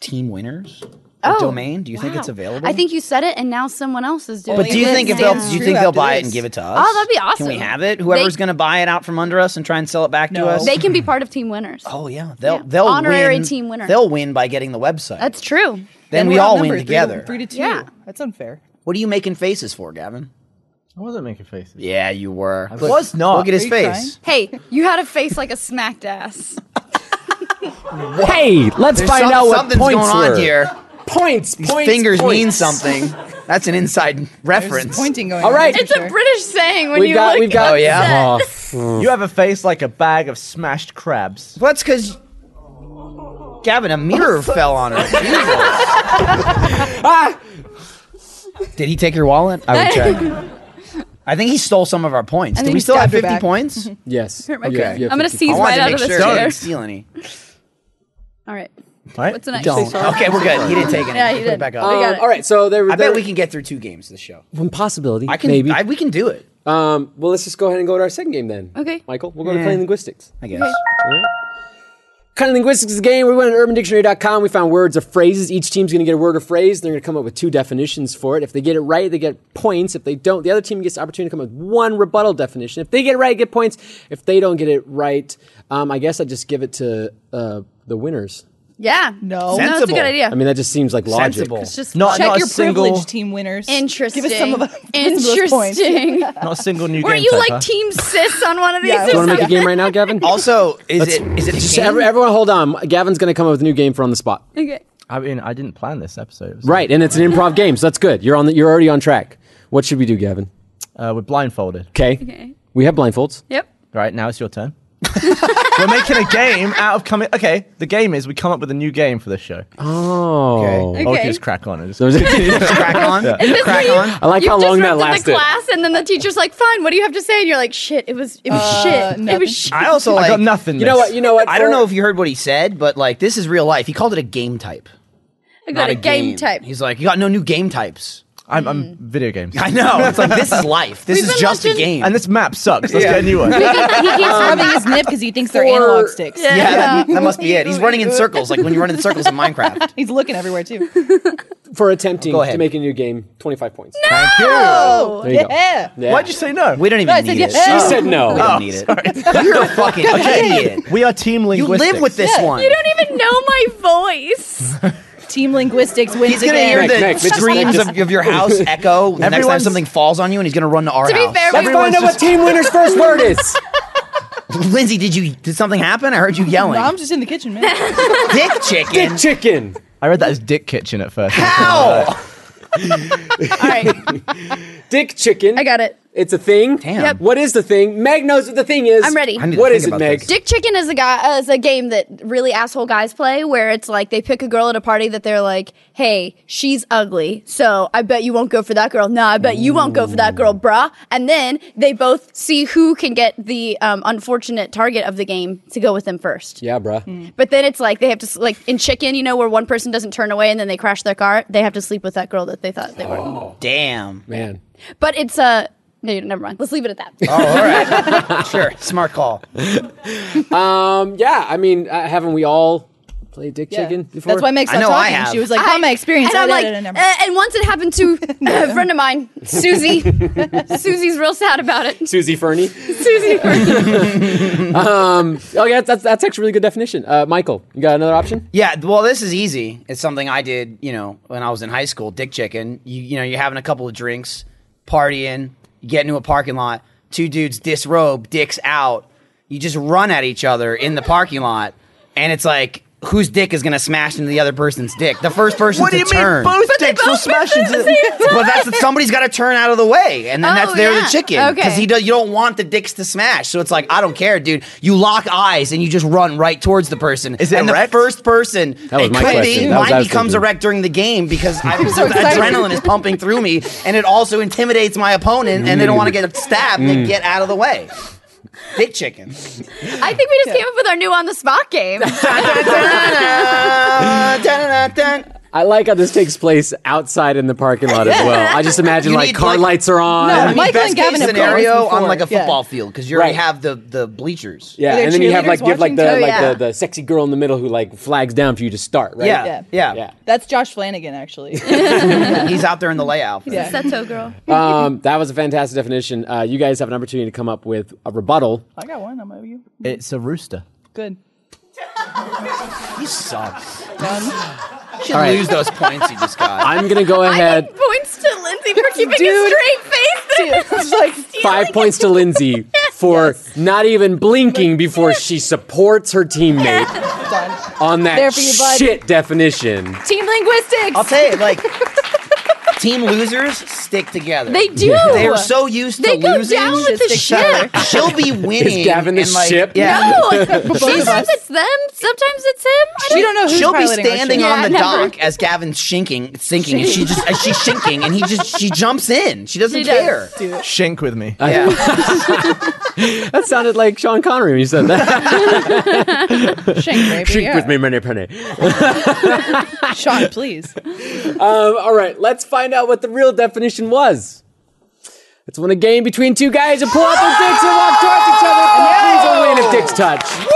[SPEAKER 5] team winners? A
[SPEAKER 6] Oh,
[SPEAKER 5] domain? Do you think it's
[SPEAKER 6] wow.
[SPEAKER 5] available?
[SPEAKER 6] I think you said it, and now someone else is doing
[SPEAKER 5] But
[SPEAKER 6] it.
[SPEAKER 5] do you
[SPEAKER 3] Yeah.
[SPEAKER 5] think if
[SPEAKER 3] Yeah.
[SPEAKER 5] they'll
[SPEAKER 3] It's
[SPEAKER 5] do you
[SPEAKER 3] true
[SPEAKER 5] think they'll
[SPEAKER 3] after
[SPEAKER 5] buy it
[SPEAKER 3] this.
[SPEAKER 5] and give it to us?
[SPEAKER 6] Oh, that'd be awesome.
[SPEAKER 5] Can we have it? Whoever's
[SPEAKER 6] They-
[SPEAKER 5] going to buy it out from under us and try and sell it back
[SPEAKER 3] No.
[SPEAKER 5] to us.
[SPEAKER 6] they can be part of team winners?
[SPEAKER 5] oh yeah, they'll
[SPEAKER 6] Yeah.
[SPEAKER 5] they'll
[SPEAKER 6] Honorary
[SPEAKER 5] win.
[SPEAKER 6] team winner.
[SPEAKER 5] They'll win by getting the website.
[SPEAKER 6] That's true.
[SPEAKER 5] then
[SPEAKER 3] And
[SPEAKER 5] we
[SPEAKER 3] we're
[SPEAKER 5] all win
[SPEAKER 3] outnumbered, three to-
[SPEAKER 5] together.
[SPEAKER 3] Three to two.
[SPEAKER 6] Yeah.
[SPEAKER 3] That's unfair.
[SPEAKER 5] What are you making faces for, Gavin?
[SPEAKER 4] I wasn't making faces.
[SPEAKER 5] Yeah, you were. Look-
[SPEAKER 4] was not.
[SPEAKER 5] Look at his
[SPEAKER 3] Are you
[SPEAKER 5] face.
[SPEAKER 6] Hey, you had a face like a smacked ass.
[SPEAKER 1] Hey, let's
[SPEAKER 5] There's
[SPEAKER 1] find
[SPEAKER 5] some-
[SPEAKER 1] out what
[SPEAKER 5] something's
[SPEAKER 1] points
[SPEAKER 5] going on
[SPEAKER 1] were.
[SPEAKER 5] here.
[SPEAKER 1] Points,
[SPEAKER 5] These
[SPEAKER 1] points,
[SPEAKER 5] fingers
[SPEAKER 1] points.
[SPEAKER 5] mean something. That's an inside reference.
[SPEAKER 3] Pointing going.
[SPEAKER 1] All
[SPEAKER 3] on,
[SPEAKER 1] right.
[SPEAKER 3] that's
[SPEAKER 6] It's
[SPEAKER 3] for
[SPEAKER 6] a
[SPEAKER 3] sure.
[SPEAKER 6] British saying when
[SPEAKER 1] We've
[SPEAKER 6] you
[SPEAKER 1] got,
[SPEAKER 6] look.
[SPEAKER 1] we've got.
[SPEAKER 5] Oh, yeah?
[SPEAKER 1] Oh,
[SPEAKER 4] You have a face like a bag of smashed crabs.
[SPEAKER 5] Well, that's because Gavin, a mirror fell on her. Jesus. Did he take your wallet? I would check. I think he stole some of our points.
[SPEAKER 6] I
[SPEAKER 5] Do
[SPEAKER 6] think
[SPEAKER 5] we
[SPEAKER 6] he
[SPEAKER 5] still have
[SPEAKER 3] stabbed her
[SPEAKER 5] 50
[SPEAKER 3] back.
[SPEAKER 5] points?
[SPEAKER 1] yes.
[SPEAKER 6] Hurt my
[SPEAKER 1] You have-
[SPEAKER 6] crack.
[SPEAKER 1] you have
[SPEAKER 6] I'm gonna
[SPEAKER 1] 50.
[SPEAKER 6] seize
[SPEAKER 5] I wanted
[SPEAKER 6] right
[SPEAKER 5] to
[SPEAKER 6] out
[SPEAKER 5] make
[SPEAKER 6] of this
[SPEAKER 5] sure I
[SPEAKER 6] chair.
[SPEAKER 5] didn't steal any.
[SPEAKER 6] All right.
[SPEAKER 4] All right.
[SPEAKER 6] What's the next?
[SPEAKER 1] Don't.
[SPEAKER 5] Okay, we're good. He didn't take it.
[SPEAKER 6] Yeah, he
[SPEAKER 5] Put
[SPEAKER 6] did.
[SPEAKER 5] it back up.
[SPEAKER 6] We got
[SPEAKER 1] Um,
[SPEAKER 6] it.
[SPEAKER 1] all right, so there.
[SPEAKER 5] I bet we can get through two games this show.
[SPEAKER 1] One possibility.
[SPEAKER 5] I can.
[SPEAKER 1] maybe.
[SPEAKER 5] I, we can do it.
[SPEAKER 1] um, well, let's just go ahead and go to our second game then.
[SPEAKER 6] Okay.
[SPEAKER 1] Michael, we'll go to plain linguistics.
[SPEAKER 5] I guess.
[SPEAKER 1] Kind of linguistics is a game. We went on UrbanDictionary.com. We found words or phrases. Each team's going to get a word or phrase. They're going to come up with two definitions for it. If they get it right, they get points. If they don't, the other team gets the opportunity to come up with one rebuttal definition. If they get it right, get points. If they don't get it right, um, I guess I just give it to uh, the winners.
[SPEAKER 6] Yeah. No,
[SPEAKER 3] No.
[SPEAKER 6] it's a
[SPEAKER 5] Sensible.
[SPEAKER 6] good idea.
[SPEAKER 1] I mean, that just seems like logic.
[SPEAKER 5] Sensible.
[SPEAKER 6] It's just
[SPEAKER 4] Not,
[SPEAKER 3] Check
[SPEAKER 4] not
[SPEAKER 3] your
[SPEAKER 4] a single,
[SPEAKER 3] privilege, team winners.
[SPEAKER 6] interesting.
[SPEAKER 3] Give us some of us. give us some of those points.
[SPEAKER 6] Interesting.
[SPEAKER 4] not a single new
[SPEAKER 6] Were
[SPEAKER 4] game
[SPEAKER 6] you
[SPEAKER 4] type,
[SPEAKER 6] like
[SPEAKER 4] huh?
[SPEAKER 6] team cis on one of these?
[SPEAKER 3] Yeah.
[SPEAKER 1] Do
[SPEAKER 6] or
[SPEAKER 1] you want to make a
[SPEAKER 6] something?
[SPEAKER 1] game right now, Gavin?
[SPEAKER 5] Also, is it is it a
[SPEAKER 1] Just
[SPEAKER 5] game?
[SPEAKER 1] every- everyone, hold on. Gavin's going to come up with a new game for on the spot.
[SPEAKER 6] Okay.
[SPEAKER 4] I mean, I didn't plan this episode. It was-
[SPEAKER 1] Right, and it's an improv game, so that's good. You're on. The, you're already on track. What should we do, Gavin?
[SPEAKER 4] Uh, we're blindfolded.
[SPEAKER 1] Okay.
[SPEAKER 6] Okay.
[SPEAKER 1] We have blindfolds.
[SPEAKER 6] Yep.
[SPEAKER 4] Right now, it's your turn. we're making a game out of coming. Okay, the game is we come up with a new game for this show.
[SPEAKER 1] Oh.
[SPEAKER 4] Or we
[SPEAKER 6] Okay.
[SPEAKER 4] can just crack on. And just
[SPEAKER 1] So is it-
[SPEAKER 5] crack on? Crack on?
[SPEAKER 1] I like
[SPEAKER 6] You
[SPEAKER 1] how long that
[SPEAKER 6] disrupted
[SPEAKER 1] lasted.
[SPEAKER 6] the class, and then the teacher's like, "Fine, what do you have to say?" And you're like, "Shit, it was, it was
[SPEAKER 1] Uh,
[SPEAKER 6] shit. It
[SPEAKER 3] nothing.
[SPEAKER 6] was shit."
[SPEAKER 5] I also like.
[SPEAKER 4] I got nothing.
[SPEAKER 1] You know what? You know what?
[SPEAKER 5] I don't
[SPEAKER 1] for-
[SPEAKER 5] know if you heard what he said, but like this is real life. He called it a game type,
[SPEAKER 6] I got
[SPEAKER 5] not
[SPEAKER 6] a game, type.
[SPEAKER 5] He's like, you got no new game types.
[SPEAKER 4] I'm, I'm
[SPEAKER 6] Mm.
[SPEAKER 4] video games.
[SPEAKER 5] I know. It's like this is life. This
[SPEAKER 6] We've
[SPEAKER 5] is
[SPEAKER 6] been
[SPEAKER 5] just a
[SPEAKER 6] watching-
[SPEAKER 5] game.
[SPEAKER 4] And this map sucks. Let's get a new one.
[SPEAKER 3] he keeps rubbing his nip because he thinks they're
[SPEAKER 1] for-
[SPEAKER 3] analog sticks.
[SPEAKER 5] yeah, That, that must be it. He's running in circles, like when you run in circles in Minecraft.
[SPEAKER 3] He's looking everywhere too.
[SPEAKER 1] for attempting
[SPEAKER 5] Go
[SPEAKER 1] to
[SPEAKER 5] ahead.
[SPEAKER 1] make a new game, 25 points.
[SPEAKER 5] Thank you.
[SPEAKER 6] Oh.
[SPEAKER 1] There you go.
[SPEAKER 3] yeah.
[SPEAKER 1] Yeah.
[SPEAKER 4] Why'd you say no?
[SPEAKER 5] We don't even
[SPEAKER 3] No, I said
[SPEAKER 5] need
[SPEAKER 3] yes.
[SPEAKER 5] it.
[SPEAKER 3] She
[SPEAKER 5] Oh.
[SPEAKER 1] said no.
[SPEAKER 5] We don't need it. You're a fucking idiot.
[SPEAKER 4] We are team
[SPEAKER 5] You
[SPEAKER 4] linguistics.
[SPEAKER 5] live with this one.
[SPEAKER 6] You don't even know my voice.
[SPEAKER 3] Team linguistics wins
[SPEAKER 5] He's gonna
[SPEAKER 3] again.
[SPEAKER 5] hear
[SPEAKER 1] Nick,
[SPEAKER 5] the
[SPEAKER 1] Nick, just-
[SPEAKER 5] screams
[SPEAKER 1] just-
[SPEAKER 5] of, of your house echo the next time
[SPEAKER 4] Everyone's-
[SPEAKER 5] something falls on you, and he's gonna run to our
[SPEAKER 6] To be
[SPEAKER 5] house.
[SPEAKER 6] fair,
[SPEAKER 1] Let's
[SPEAKER 6] everyone's
[SPEAKER 1] find out what team winner's first word is.
[SPEAKER 5] Lindsay, did you did something happen? I heard you
[SPEAKER 3] No, I'm
[SPEAKER 5] yelling.
[SPEAKER 3] just in the kitchen, man.
[SPEAKER 5] Dick chicken.
[SPEAKER 1] Dick chicken.
[SPEAKER 4] I read that as Dick Kitchen at first.
[SPEAKER 5] Ow!
[SPEAKER 6] All right,
[SPEAKER 1] Dick chicken.
[SPEAKER 6] I got it.
[SPEAKER 1] It's a thing.
[SPEAKER 5] Damn.
[SPEAKER 6] Yep.
[SPEAKER 1] What is the thing? Meg knows what the thing is.
[SPEAKER 6] I'm ready. I
[SPEAKER 5] need to
[SPEAKER 1] What
[SPEAKER 5] think
[SPEAKER 1] is it,
[SPEAKER 5] about
[SPEAKER 1] Meg?
[SPEAKER 5] this.
[SPEAKER 6] Dick Chicken is a guy uh, is a game that really asshole guys play, where it's like they pick a girl at a party that they're like, "Hey, she's ugly, so I bet you won't go for that girl." No, I bet you won't go for that girl, bruh. And then they both see who can get the um, unfortunate target of the game to go with them first.
[SPEAKER 1] Yeah, bruh.
[SPEAKER 6] But then it's like they have to s- like in Chicken, you know, where one person doesn't turn away and then they crash their car. They have to sleep with that girl that they thought they were.
[SPEAKER 1] Oh.
[SPEAKER 5] Damn.
[SPEAKER 1] Man.
[SPEAKER 6] But it's Uh, no, you- never mind. Let's leave it at that.
[SPEAKER 5] Oh, all right. sure. Smart call.
[SPEAKER 1] Um, yeah, I mean, uh, haven't we all played Dick chicken before?
[SPEAKER 3] That's why Meg
[SPEAKER 5] I
[SPEAKER 3] stopped
[SPEAKER 5] know I
[SPEAKER 3] talking.
[SPEAKER 5] have.
[SPEAKER 3] She was like, "Not my experience." Oh,
[SPEAKER 6] And I'm
[SPEAKER 3] I- I-
[SPEAKER 6] like,
[SPEAKER 3] I- I- I- I-
[SPEAKER 6] uh, and once it happened to a friend of mine, Susie. Susie's real sad about it.
[SPEAKER 1] Susie Fernie.
[SPEAKER 6] Susie.
[SPEAKER 1] Oh yeah, that's that's actually a really good definition. Uh, Michael, you got another option?
[SPEAKER 5] Yeah, well, this is easy. It's something I did, you know, when I was in high school. Dick chicken. You, you know, you're having a couple of drinks, partying. You get into a parking lot. Two dudes disrobe, dicks out. You just run at each other in the parking lot, and it's like, whose dick is gonna smash into the other person's dick? The first person
[SPEAKER 4] What
[SPEAKER 5] to
[SPEAKER 4] do you
[SPEAKER 5] turn.
[SPEAKER 4] mean both dicks will
[SPEAKER 6] both
[SPEAKER 4] smash into
[SPEAKER 5] But that's somebody's got to turn out of the way, and then that's
[SPEAKER 6] Oh,
[SPEAKER 5] there
[SPEAKER 6] yeah.
[SPEAKER 5] the chicken because
[SPEAKER 6] Okay.
[SPEAKER 5] he does. You don't want the dicks to smash, so it's like I don't care, dude. You lock eyes and you just run right towards the person.
[SPEAKER 4] Is it
[SPEAKER 5] and
[SPEAKER 4] erect?
[SPEAKER 5] the first person?
[SPEAKER 1] That was
[SPEAKER 5] it
[SPEAKER 1] my
[SPEAKER 5] could
[SPEAKER 1] question.
[SPEAKER 5] be.
[SPEAKER 1] That was- I
[SPEAKER 5] Mine
[SPEAKER 1] was
[SPEAKER 5] becomes
[SPEAKER 1] thinking.
[SPEAKER 5] erect during the game because I,
[SPEAKER 3] so
[SPEAKER 5] the
[SPEAKER 3] excited.
[SPEAKER 5] adrenaline is pumping through me, and it also intimidates my opponent, and they don't want to get stabbed. They get out of the way. Dick chicken.
[SPEAKER 6] I think we just came up with our new on the spot game.
[SPEAKER 3] Uh,
[SPEAKER 5] Dun, dun, dun, dun.
[SPEAKER 1] I like how this takes place outside in the parking lot as well. I just imagine
[SPEAKER 5] You
[SPEAKER 1] like
[SPEAKER 5] need,
[SPEAKER 1] car
[SPEAKER 5] like-
[SPEAKER 1] lights are on.
[SPEAKER 3] No,
[SPEAKER 5] I mean,
[SPEAKER 3] Michael
[SPEAKER 5] best
[SPEAKER 3] and Gavin
[SPEAKER 5] case
[SPEAKER 3] have gone
[SPEAKER 5] scenario
[SPEAKER 3] before.
[SPEAKER 5] on like a
[SPEAKER 3] Yeah.
[SPEAKER 5] football field because you already
[SPEAKER 1] Right.
[SPEAKER 5] have the the bleachers.
[SPEAKER 1] Yeah,
[SPEAKER 3] Are there
[SPEAKER 1] and then you have
[SPEAKER 3] cheerleaders
[SPEAKER 1] like give like
[SPEAKER 3] watching
[SPEAKER 1] the
[SPEAKER 3] too?
[SPEAKER 1] like
[SPEAKER 6] Yeah.
[SPEAKER 1] the, the sexy girl in the middle who like flags down for you to start, right?
[SPEAKER 5] Yeah, yeah.
[SPEAKER 1] Yeah.
[SPEAKER 3] That's Josh Flanagan, actually.
[SPEAKER 5] He's out there in the layout.
[SPEAKER 3] Yeah.
[SPEAKER 6] Seto girl.
[SPEAKER 1] Um, that was a fantastic definition. Uh, you guys have an opportunity to come up with a rebuttal.
[SPEAKER 3] I got one. I'm over you.
[SPEAKER 4] It's a rooster.
[SPEAKER 3] Good.
[SPEAKER 5] You suck.
[SPEAKER 3] Done.
[SPEAKER 5] You should lose those points you just got.
[SPEAKER 1] I'm gonna go
[SPEAKER 6] I
[SPEAKER 1] ahead.
[SPEAKER 6] think points to Lindsay for keeping
[SPEAKER 3] Dude.
[SPEAKER 6] a straight face.
[SPEAKER 3] It's like
[SPEAKER 1] Five points to Lindsay for not even blinking before she supports her teammate
[SPEAKER 3] done.
[SPEAKER 1] on that
[SPEAKER 3] There for you, bud.
[SPEAKER 1] shit definition.
[SPEAKER 6] Team linguistics.
[SPEAKER 5] I'll tell you, like, team losers stick together.
[SPEAKER 6] They do.
[SPEAKER 5] They were so used to
[SPEAKER 6] They go
[SPEAKER 5] losing.
[SPEAKER 6] down with the ship.
[SPEAKER 5] She'll be winning.
[SPEAKER 1] Is Gavin the
[SPEAKER 5] and like,
[SPEAKER 1] ship?
[SPEAKER 5] Yeah.
[SPEAKER 6] No, sometimes it's them. Sometimes it's him. I
[SPEAKER 3] You don't know who's
[SPEAKER 5] She'll be
[SPEAKER 3] piloting our
[SPEAKER 5] standing
[SPEAKER 3] ship.
[SPEAKER 6] Yeah,
[SPEAKER 5] on the
[SPEAKER 6] never.
[SPEAKER 5] dock as Gavin's shinking, sinking, and she just as she's sinking, and he just she jumps in. She doesn't
[SPEAKER 6] She does.
[SPEAKER 5] care.
[SPEAKER 4] Shink with me.
[SPEAKER 5] Yeah.
[SPEAKER 1] That sounded like Sean Connery when you said that.
[SPEAKER 3] Shank, baby,
[SPEAKER 1] Drink
[SPEAKER 3] yeah.
[SPEAKER 1] with me, Many Penny.
[SPEAKER 3] Sean, please.
[SPEAKER 1] Um, all right, let's find out what the real definition was. It's when a game between two guys will pull out their dicks and walk towards each other. And please will win if dicks touch.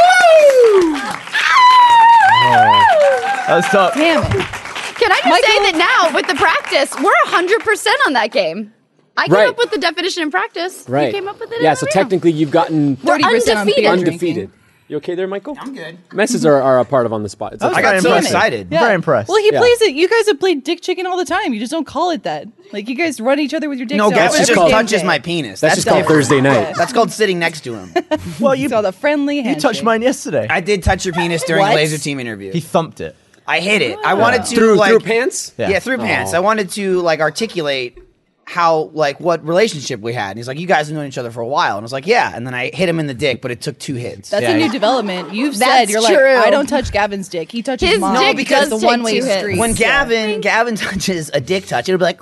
[SPEAKER 4] That's top.
[SPEAKER 3] Damn it.
[SPEAKER 6] Ah! Can I just say that now with the practice, we're hundred percent on that game. I came
[SPEAKER 1] Right.
[SPEAKER 6] up with the definition in practice.
[SPEAKER 1] Right.
[SPEAKER 6] You came up with it. in
[SPEAKER 1] Yeah,
[SPEAKER 6] the
[SPEAKER 1] so
[SPEAKER 6] real.
[SPEAKER 1] technically you've gotten
[SPEAKER 6] We're
[SPEAKER 3] 30% on
[SPEAKER 6] undefeated.
[SPEAKER 3] beer
[SPEAKER 6] Undefeated.
[SPEAKER 1] undefeated. You okay there, Michael?
[SPEAKER 2] I'm good.
[SPEAKER 1] Messes are, are a part of on the spot. It's
[SPEAKER 4] That was
[SPEAKER 1] okay.
[SPEAKER 5] I got
[SPEAKER 4] very
[SPEAKER 5] so
[SPEAKER 4] impressive.
[SPEAKER 5] excited.
[SPEAKER 4] I'm Very impressed.
[SPEAKER 3] Well, he
[SPEAKER 1] Yeah.
[SPEAKER 3] plays it. You guys have played dick chicken all the time. You just don't call it that. Like you guys run each other with your dicks.
[SPEAKER 5] No,
[SPEAKER 3] out
[SPEAKER 5] Gavin
[SPEAKER 3] every
[SPEAKER 5] just
[SPEAKER 1] called-
[SPEAKER 3] damn
[SPEAKER 5] touches
[SPEAKER 3] day.
[SPEAKER 5] my penis.
[SPEAKER 1] That's, just called
[SPEAKER 5] different.
[SPEAKER 1] Thursday night.
[SPEAKER 5] That's called sitting next to him.
[SPEAKER 4] well, you,
[SPEAKER 3] It's called a friendly
[SPEAKER 4] you
[SPEAKER 3] handshake.
[SPEAKER 4] touched mine yesterday.
[SPEAKER 5] I did touch your penis during a
[SPEAKER 3] What?
[SPEAKER 5] laser team interview.
[SPEAKER 4] he thumped it.
[SPEAKER 5] I hit it. I wanted to
[SPEAKER 1] Through,
[SPEAKER 5] like
[SPEAKER 1] through pants?
[SPEAKER 5] Yeah, through pants.
[SPEAKER 1] Aw.
[SPEAKER 5] I wanted to like articulate how like what relationship we had. And he's like, "You guys have known each other for a while," and I was like, "Yeah." And then I hit him in the dick, but it took two hits.
[SPEAKER 3] That's
[SPEAKER 4] Yeah,
[SPEAKER 3] a new
[SPEAKER 4] yeah.
[SPEAKER 3] development. You've said
[SPEAKER 6] That's
[SPEAKER 3] you're
[SPEAKER 6] true.
[SPEAKER 3] like I don't touch Gavin's dick. He touches
[SPEAKER 6] His
[SPEAKER 3] mine.
[SPEAKER 6] dick
[SPEAKER 5] because
[SPEAKER 6] does
[SPEAKER 3] the
[SPEAKER 6] take
[SPEAKER 3] one-way
[SPEAKER 6] two hits.
[SPEAKER 3] street.
[SPEAKER 5] when
[SPEAKER 3] Yeah.
[SPEAKER 5] Gavin Gavin touches a dick touch, it'll be like